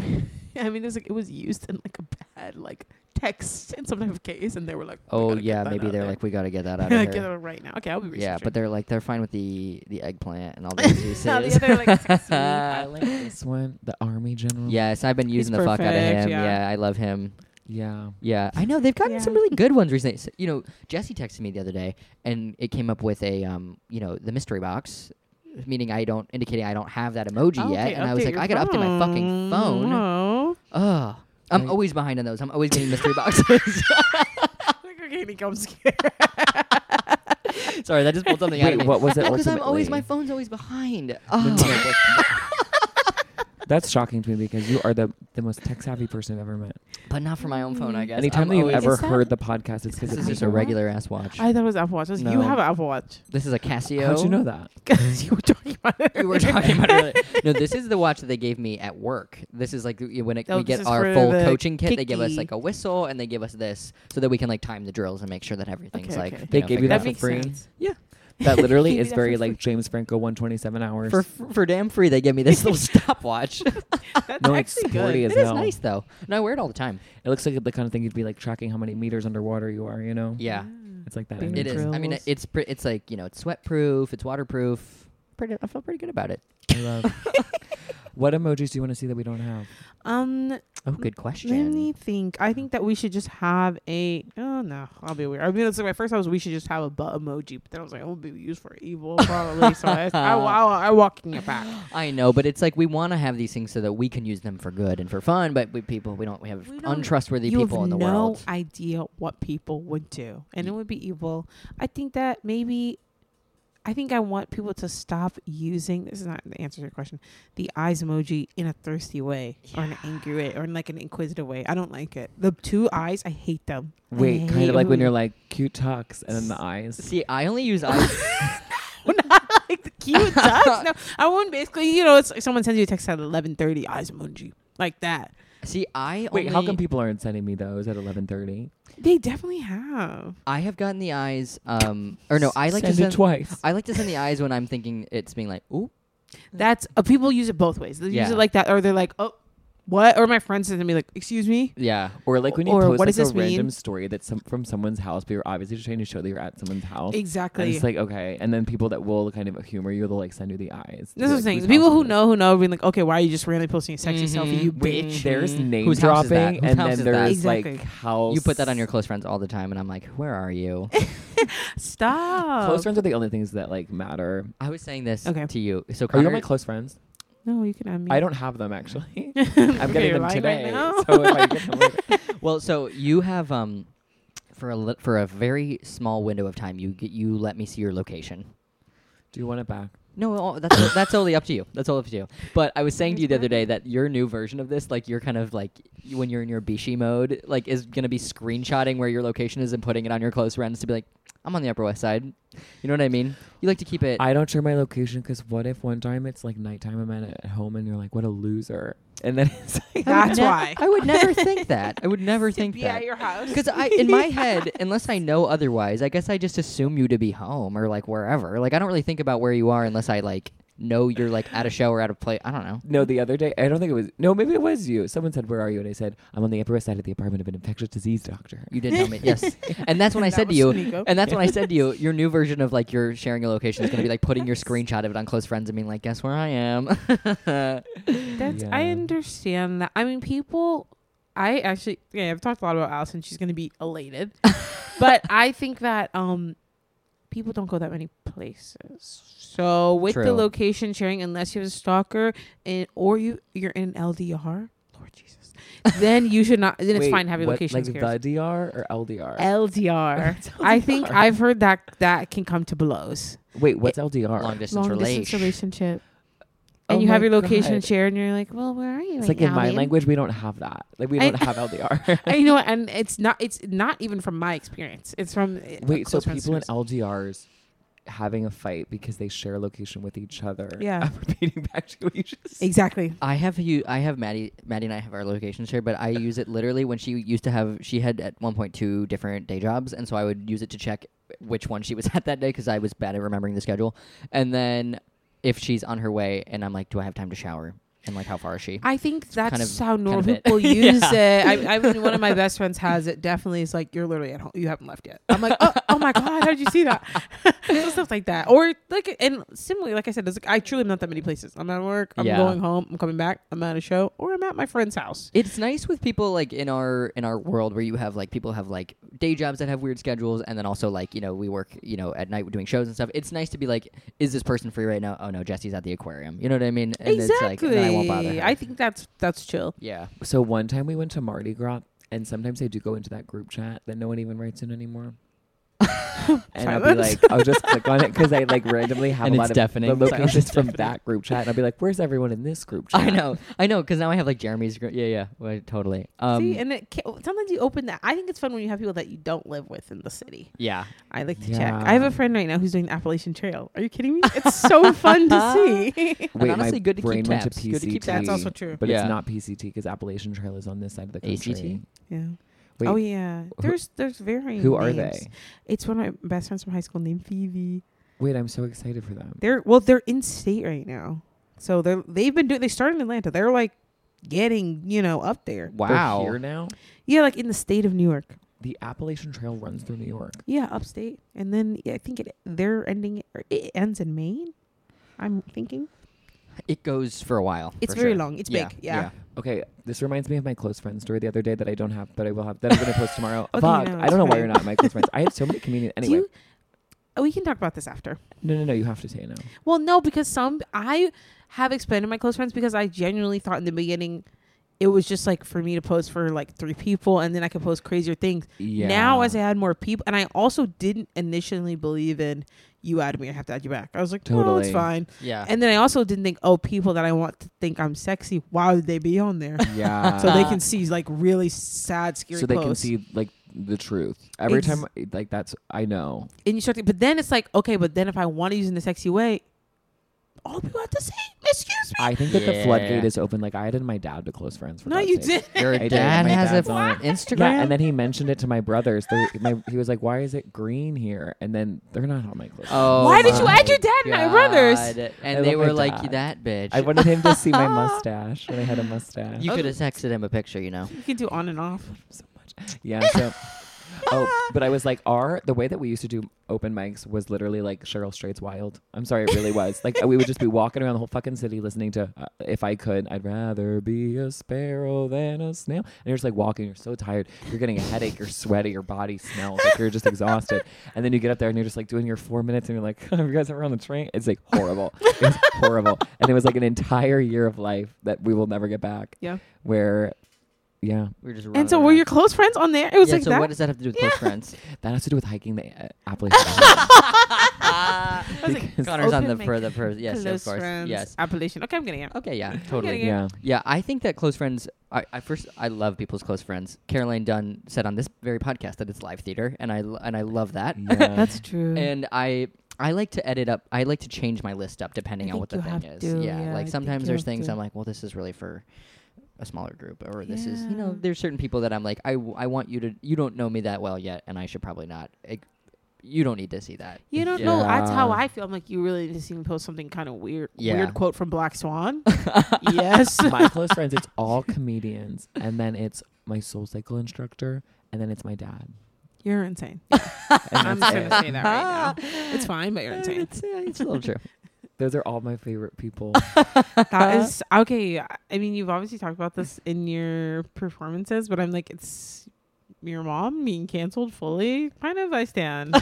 S2: I mean, it was like it was used in like a bad like text in some type of case, and they were like, we
S3: Oh
S2: gotta get
S3: yeah,
S2: that
S3: maybe
S2: out
S3: they're
S2: there.
S3: like, we got to get that out
S2: Like,
S3: of
S2: get it
S3: here.
S2: right now. Okay, I'll be researching.
S3: Yeah, but they're like they're fine with the the eggplant and all the diseases.
S2: Now the other like sexy.
S1: I like this one, the army general.
S3: yes, I've been using the fuck out of
S2: perfect,
S3: him.
S2: yeah.
S3: I love him.
S1: yeah.
S3: Yeah, I know they've gotten some
S2: Yeah.
S3: really good ones recently. So, you know, Jesse texted me the other day, and it came up with a um, you know, the mystery box, meaning I don't indicating I don't have that emoji yet,
S2: Okay,
S3: and I was
S2: update
S3: like,
S2: your
S3: I gotta update my fucking phone.
S2: Oh.
S3: Ugh. I'm
S1: Right.
S3: always behind on those. I'm always getting mystery boxes.
S2: like, okay, Nico, I'm scared.
S3: Sorry, that just pulled something out of me.
S1: Wait, what was it?
S3: because I'm always
S1: ultimately?
S3: my phone's always behind.
S1: No, no, no,
S3: Oh.
S1: that's- That's shocking to me because you are the, the most tech savvy person I've ever met.
S3: but not for my own phone, I guess.
S1: Anytime
S3: I'm
S1: that you've
S3: always-
S1: ever
S2: Is that-
S1: heard the podcast, it's because
S3: this
S1: it's
S3: is just a
S2: watch?
S3: regular ass watch.
S2: I thought it was Apple Watch. I was like,
S3: No.
S2: You have an Apple Watch
S3: this is a Casio.
S1: How'd you know that?
S2: because you were talking about it.
S3: we were talking about it. earlier. No, this is the watch that they gave me at work. This is like the- when it,
S2: Oh,
S3: we
S2: this
S3: get
S2: is
S3: our
S2: for
S3: full
S2: the
S3: coaching kit. They give us
S2: kicky.
S3: like a whistle and they give us this so that we can like time the drills and make sure that everything's
S2: Okay,
S3: like.
S2: okay.
S3: you
S1: They
S3: know,
S1: gave you
S3: figured
S1: that
S3: out.
S1: for free? That literally is
S2: That's
S1: very
S2: for
S1: like James Franco 127 hours.
S3: for for for damn free. They give me this little stopwatch. It
S2: That's
S1: no, it's
S2: actually
S1: sporty
S2: good.
S1: as
S3: is
S1: hell.
S3: nice though, and I wear it all the time.
S1: It looks like the kind of thing you'd be like tracking how many meters underwater you are. You know?
S3: Yeah,
S1: It's like that.
S2: Being
S1: image.
S3: it is. I mean,
S2: Drills.
S3: it's pre- it's like you know, it's sweat proof, it's waterproof. Pretty, I feel pretty good about it.
S1: I love. what emojis do you want to see that we don't have?
S2: Um,
S3: Oh, good
S2: let me
S3: question.
S2: think. I think that we should just have a. Oh no, I'll be weird. I mean, it's like my first thought was we should just have a butt emoji, but then I was like, it would be used for evil probably. so I, I, I, I walking it back.
S3: I know, but it's like we want to have these things so that we can use them for good and for fun. But we people, we don't. We have
S2: We don't-
S3: untrustworthy
S2: you
S3: people
S2: have
S3: in the
S2: no
S3: world.
S2: idea what people would do, and it would be evil. I think that maybe I think I want people to stop using this is not the answer to your question. The eyes emoji in a thirsty way or an angry way or in like an inquisitive way. I don't like it. The two eyes, I hate them. I
S1: Wait, kind
S2: hate
S1: of like when
S2: emoji.
S1: you're like cute talks and then the eyes.
S3: See, I only use eyes.
S2: not like the cute touch. No, I want basically, you know, it's like someone sends you a text at eleven thirty, eyes emoji. Like that.
S3: See, I
S1: Wait,
S3: only,
S1: how come people aren't sending me those at 11:30?
S2: They definitely have.
S3: I have gotten the eyes. Um, or no, I like
S1: send
S3: to
S1: it
S3: send.
S1: twice.
S3: I like to send the eyes when I'm thinking it's being like, ooh,
S2: That's uh, people use it both ways. They use
S3: Yeah.
S2: it like that, or they're like, "Oh, what?" Or my friend says to me, "Like, excuse me."
S3: yeah.
S1: Or like when you
S2: Or
S1: post
S2: what
S1: like
S2: does this
S1: a
S2: mean?
S1: random story that's some, from someone's house, but you're obviously just trying to show that you're at someone's house. And
S2: Exactly.
S1: it's like okay, and then people that will kind of humor you, they'll like send you the eyes.
S2: This
S1: Be
S2: is
S1: like,
S2: the thing.
S1: "Whose
S2: The people
S1: house
S2: who
S1: is
S2: know who know being like, okay, why are you just randomly posting a sexy
S3: Mhm.
S2: selfie, you
S1: Wait,
S2: bitch?
S1: There's
S3: Mhm.
S1: name
S3: Whose house is that?
S1: dropping,
S3: Whose
S1: and
S3: house
S1: then
S3: is that?
S1: there's like
S2: Exactly.
S1: house.
S3: You put that on your close friends all the time, and I'm like, where are you?
S2: Stop.
S1: close friends are the only things that like matter.
S3: I was saying this
S2: Okay.
S3: to you.
S1: Are
S3: So
S1: you
S3: Connor,
S1: on my close friends?
S2: No, you can unmute.
S1: I don't have them actually.
S2: I'm
S1: I'm getting them today. so if I get them later-
S3: well, so you have um, for a li- for a very small window of time, you get you let me see your location.
S1: Do you want it back?
S3: No, all- that's that's only up to you. That's all up to you. But I was saying to you the other
S2: Exactly.
S3: day that your new version of this, like you're kind of like you- when you're in your bishi mode, like is gonna be screenshotting where your location is and putting it on your close friends to be like, I'm on the Upper West Side. You know what I mean? You like to keep it.
S1: I don't share my location because what if one time it's like nighttime, I'm at, at home, and you're like, what a loser, and then it's like
S3: I would
S2: That's
S3: ne-
S2: why.
S3: I would never think that. I would never think
S2: yeah,
S3: that.
S2: your house.
S3: Because I, in my head, unless I know otherwise, I guess I just assume you to be home or like wherever. Like I don't really think about where you are unless I like know you're like at a show or at a play. I don't know.
S1: No, the other day, I don't think it was. No, maybe it was you. Someone said, "Where are you?" And I said, "I'm on the Upper West Side of the apartment of an infectious disease doctor."
S3: You did tell me, yes. And that's when I
S2: That
S3: said to
S2: was
S3: you,
S2: Nico.
S3: and that's when I said to you, your new version of like your sharing your location is going to be like putting your screenshot of it on close friends and being like, guess where I am.
S2: That's,
S1: Yeah.
S2: I understand that. I mean, people. I actually, yeah, I've talked a lot about Allison. She's gonna be elated, but I think that um, people don't go that many places. So with
S3: True.
S2: the location sharing, unless you have a stalker and or you you're in LDR, Lord Jesus, then you should not. Then it's
S1: Wait,
S2: fine to have your
S1: what,
S2: location.
S1: Like
S2: scared.
S1: the DR or LDR?
S2: LDR.
S1: It's
S2: I think
S1: LDR.
S2: I've heard that that can come to blows.
S1: Wait, what's LDR?
S3: Long distance
S2: Long distance
S3: relation.
S2: relationship.
S1: Oh
S2: And you have
S1: my
S2: your location
S1: God.
S2: shared, and you're like, well, where are you?
S1: It's
S2: right
S1: like in
S2: now,
S1: my
S2: babe?
S1: language, we don't have that. Like we
S2: I-
S1: don't have LDR.
S2: And you know what? And it's not. It's not even from my experience. It's from uh,
S1: Wait, so
S2: close friends
S1: people in
S2: of ours.
S1: LDRs having a fight because they share location with each other.
S2: Yeah.
S1: I'm repeating back to what you just said.
S2: exactly.
S3: I have you. I have Maddie. Maddie and I have our location shared, but I use it literally when she used to have. She had at one point two different day jobs, and so I would use it to check which one she was at that day because I was bad at remembering the schedule. And then if she's on her way, and I'm like, do I have time to shower? And like, how far is she?
S2: I think that's
S3: kind of-
S2: how normal
S3: kind of it.
S2: people
S3: Yeah.
S2: use it. I, I mean, one of my best friends has it. Definitely, it's like you're literally at home. You haven't left yet. I'm like, oh, oh my god, how'd you see that? So Stuff like that, or like, and similarly, like I said, it's like I truly am not that many places. I'm at work. I'm
S3: Yeah.
S2: going home. I'm coming back. I'm at a show, or I'm at my friend's house.
S3: It's nice with people like in our in our world where you have like people have like day jobs that have weird schedules, and then also like you know we work you know at night we're doing shows and stuff. It's nice to be like, is this person free right now? Oh no, Jesse's at the aquarium. You know what I mean? And It's like, and then I won't bother. her.
S2: I think that's that's chill.
S3: yeah.
S1: So one time we went to Mardi Gras, and sometimes they do go into that group chat that no one even writes in anymore. and I'll be
S2: Silence.
S1: like, I'll just click on it because I like randomly have
S3: And
S1: a
S3: it's
S1: lot of
S3: deafening.
S1: the
S3: Silence
S1: locations
S3: is
S1: from
S3: deafening.
S1: that group chat, and I'll be like, "Where's everyone in this group chat?"
S3: I know, I know, because now I have like Jeremy's. Gr- yeah, yeah, right, totally. Um,
S2: See, and it can, sometimes you open that. I think it's fun when you have people that you don't live with in the city.
S3: yeah,
S2: I like to
S1: Yeah.
S2: check. I have a friend right now who's doing the Appalachian Trail. Are you kidding me? It's so fun to see.
S1: Wait,
S3: honestly,
S1: my
S3: good to keep
S1: brain went to
S3: tabs. Good to
S1: PCT,
S3: keep
S2: tabs. That's also true.
S1: but
S3: Yeah.
S1: it's not PCT because Appalachian Trail is on this side of the
S3: ACT?
S1: country.
S2: yeah.
S1: Wait,
S2: oh yeah. There's there's varying.
S1: who are
S2: names.
S1: they?
S2: It's one of my best friends from high school named Phoebe.
S1: Wait, I'm so excited for them.
S2: They're well, they're in state right now. So they're they've been doing. They started in Atlanta. They're like getting you know up there.
S1: They're
S3: wow.
S1: here now.
S2: Yeah, like in the state of New York.
S1: The Appalachian Trail runs through New York.
S2: Yeah, upstate, and then yeah, I think it they're ending. Or it ends in Maine. I'm thinking
S3: It goes for a while.
S2: it's
S3: for
S2: very
S3: sure.
S2: long. It's big. Yeah.
S1: Okay, this reminds me of my close friend story the other day that I don't have, but I will have. That I'm going to post tomorrow.
S2: Okay,
S1: Fuck,
S2: no,
S1: I don't know
S2: it's
S1: why you're not my close friends. I had so many comedians.
S2: Do
S1: Anyway,
S2: you, oh, we can talk about this after.
S1: no, no, no. You have to say no.
S2: Well, no, because some I have explained to my close friends because I genuinely thought in the beginning it was just like for me to post for like three people and then I could post crazier things. Now
S1: Yeah.
S2: as I had more people and I also didn't initially believe in you added me, I have to add you back. I was like, No, it's
S1: Totally.
S2: fine.
S3: Yeah.
S2: And then I also didn't think, oh, people that I want to think I'm sexy, why would they be on there?
S1: Yeah.
S2: so
S3: Uh,
S2: they can see like really sad, scary
S1: so they can
S2: posts.
S1: see like the truth every
S2: Ex-
S1: time. Like that's I know.
S2: and you start to, but then it's like, okay, but then if I want to use it in a sexy way, all people have to say, excuse me.
S1: I think that the floodgate
S3: Yeah.
S1: is open. Like I had my dad to close friends for.
S2: no,
S1: God's
S2: you
S1: sake.
S2: did.
S3: Your
S1: did.
S3: dad
S1: My
S3: has a
S1: dad's on it.
S3: Instagram.
S1: Yeah, and then he mentioned it to my brothers. They, my, he was like, "Why is it green here?" And then they're not on my close. friends.
S3: Oh
S2: Why did you
S3: my
S2: add your dad and my brothers?
S3: God.
S1: I
S3: And
S1: love
S3: they
S1: my
S3: were like
S1: dad.
S3: that bitch.
S1: I wanted him to see my mustache when I had a mustache.
S3: you could have texted him a picture, you know.
S2: You can do on and off.
S1: so much. Yeah. So, oh, but I was like, our the way that we used to do open mics was literally like Cheryl Strait's Wild. I'm sorry, it really was. Like we would just be walking around the whole fucking city listening to uh, "If I Could, I'd Rather Be a Sparrow Than a Snail," and you're just like walking. You're so tired. You're getting a headache. You're sweaty. Your body smells. Like you're just exhausted. And then you get up there and you're just like doing your four minutes, and you're like, "Have you guys ever on the train?" It's like horrible. It's horrible. And it was like an entire year of life that we will never get back.
S2: Yeah.
S1: Where, yeah.
S3: We were just
S2: And so were your close friends on there? It was
S3: yeah,
S2: like
S3: so
S2: that.
S3: what does that have to do with close friends?
S1: That has to do with hiking the uh, Appalachian. Mountains.
S2: I was like,
S3: Connor's on
S2: open
S3: the
S2: mic.
S3: for the per yes,
S2: close
S3: of course.
S2: friends.
S3: Yes.
S2: Appellation. Okay, I'm getting it.
S3: Okay, yeah, totally.
S2: getting it.
S1: yeah.
S3: Yeah, I think that close friends. I, I first, I love people's close friends. Caroline Dunn said on this very podcast that it's live theater, and I l- and I love that.
S1: yeah.
S2: That's true.
S3: And I I like to edit up. I like to change my list up depending
S2: I
S3: on what the
S2: think you
S3: thing
S2: have
S3: is.
S2: to,
S3: yeah,
S2: yeah, I
S3: like
S2: think
S3: sometimes
S2: you
S3: there's
S2: have
S3: things
S2: to.
S3: I'm like, well, this is really for a smaller group, or this is you
S2: Yeah.
S3: know, there's certain people that I'm like, I, w- I want you to. You don't know me that well yet, and I should probably not. I, you don't need to see that.
S2: you don't know. That's how
S1: Yeah.
S2: I feel. I'm like, you really need to see me post something kind of weird.
S3: Yeah.
S2: Weird quote from Black Swan. yes.
S1: my close friends, it's all comedians, and then it's my soul cycle instructor, and then it's my dad.
S2: You're insane.
S1: And
S2: I'm just
S1: that's
S2: going
S1: it.
S2: to say that right now. It's fine, but you're insane.
S3: It's, yeah, it's a little true.
S1: Those are all my favorite people.
S2: That is okay. I mean, you've obviously talked about this in your performances, but I'm like, it's your mom being canceled fully. Kind of, I stand.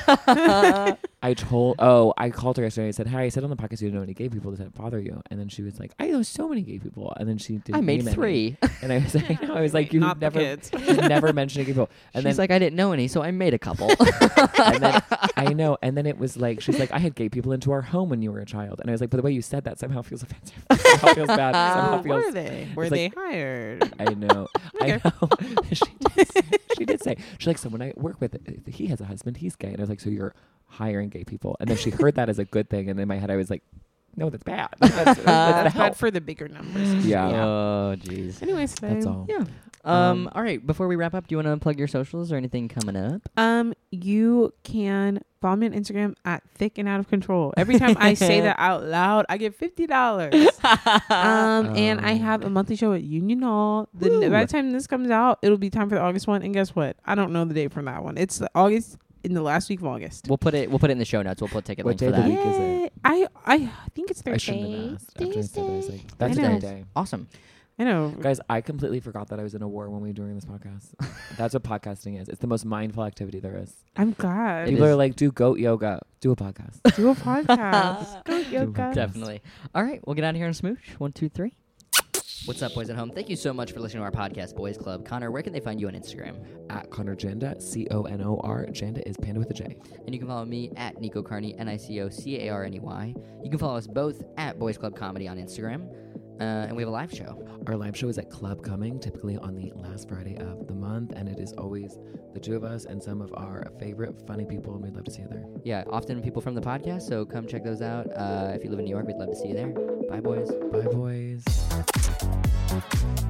S1: I told, oh, I called her yesterday. I said, "Hi, I said on the podcast you didn't know any gay people. Does that bother you?" And then she was like, "I know so many gay people." And then she did.
S3: I made three.
S1: And I was like, I, know. I was like, "You
S2: Not the
S1: never,
S2: kids.
S1: you never mentioned gay people." And
S3: And
S1: then
S3: She's like, I didn't know any, so I made a couple.
S1: and then I know. And then it was like she's like, I had gay people into our home when you were a child, and I was like, but the way you said that somehow feels offensive. somehow feels bad. Somehow
S2: Oh,
S1: feels.
S2: were they? Were
S1: it's
S2: they
S1: like-
S2: hired?
S1: I know. I know. she, did say, she did say she's like someone I work with. uh, He has a husband. He's gay, and I was like, so you're hiring gay people. And then she heard that as a good thing, and in my head I was like, no, that's bad. That's, that's,
S2: That's
S1: help.
S2: bad for the bigger numbers.
S1: Yeah.
S3: Oh, jeez.
S2: Anyways,
S1: That's
S2: so,
S1: all.
S3: Yeah. Um,
S1: Um,
S3: All right. Before we wrap up, do you want to plug your socials or anything coming up?
S2: Um, you can follow me on Instagram at thick and out of control. Every time I say that out loud, I get fifty dollars. um, and I
S1: Oh.
S2: have a monthly show at Union Hall. The
S1: Woo.
S2: by the time this comes out, it'll be time for the August one. And guess what? I don't know the date from that one. It's the August in the last week of August.
S3: We'll put it. We'll put it in the show notes. We'll put ticket
S1: What day
S3: link for
S1: of the
S3: that.
S1: week is it?
S2: Yay. I I think it's Thursday.
S1: I shouldn't have asked. After I said that, I was like, that's
S2: I
S1: a
S2: know.
S1: good day.
S3: Awesome.
S2: I know.
S1: Guys, I completely forgot that I was in a war when we were doing this podcast. That's what podcasting is. It's the most mindful activity there is.
S2: I'm glad.
S3: It
S1: People
S3: is.
S1: are like, do goat yoga, do a podcast.
S2: Do a podcast. Go yoga.
S1: podcast.
S3: Definitely. All right. We'll get out of here and smooch. One, two, three. What's up, boys at home? Thank you so much for listening to our podcast, Boys Club. Connor, where can they find you on Instagram?
S1: at Connor Janda, C O N O R. Janda is panda with a J.
S3: And you can follow me at Nico Carney, N I C O C A R N E Y. You can follow us both at Boys Club Comedy on Instagram. Uh, and we have a live show.
S1: Our live show is at Club Coming, typically on the last Friday of the month, and it is always the two of us and some of our favorite funny people, and we'd love to see you there.
S3: Yeah, often people from the podcast, so come check those out. Uh, if you live in New York, we'd love to see you there. Bye, boys.
S1: Bye, boys.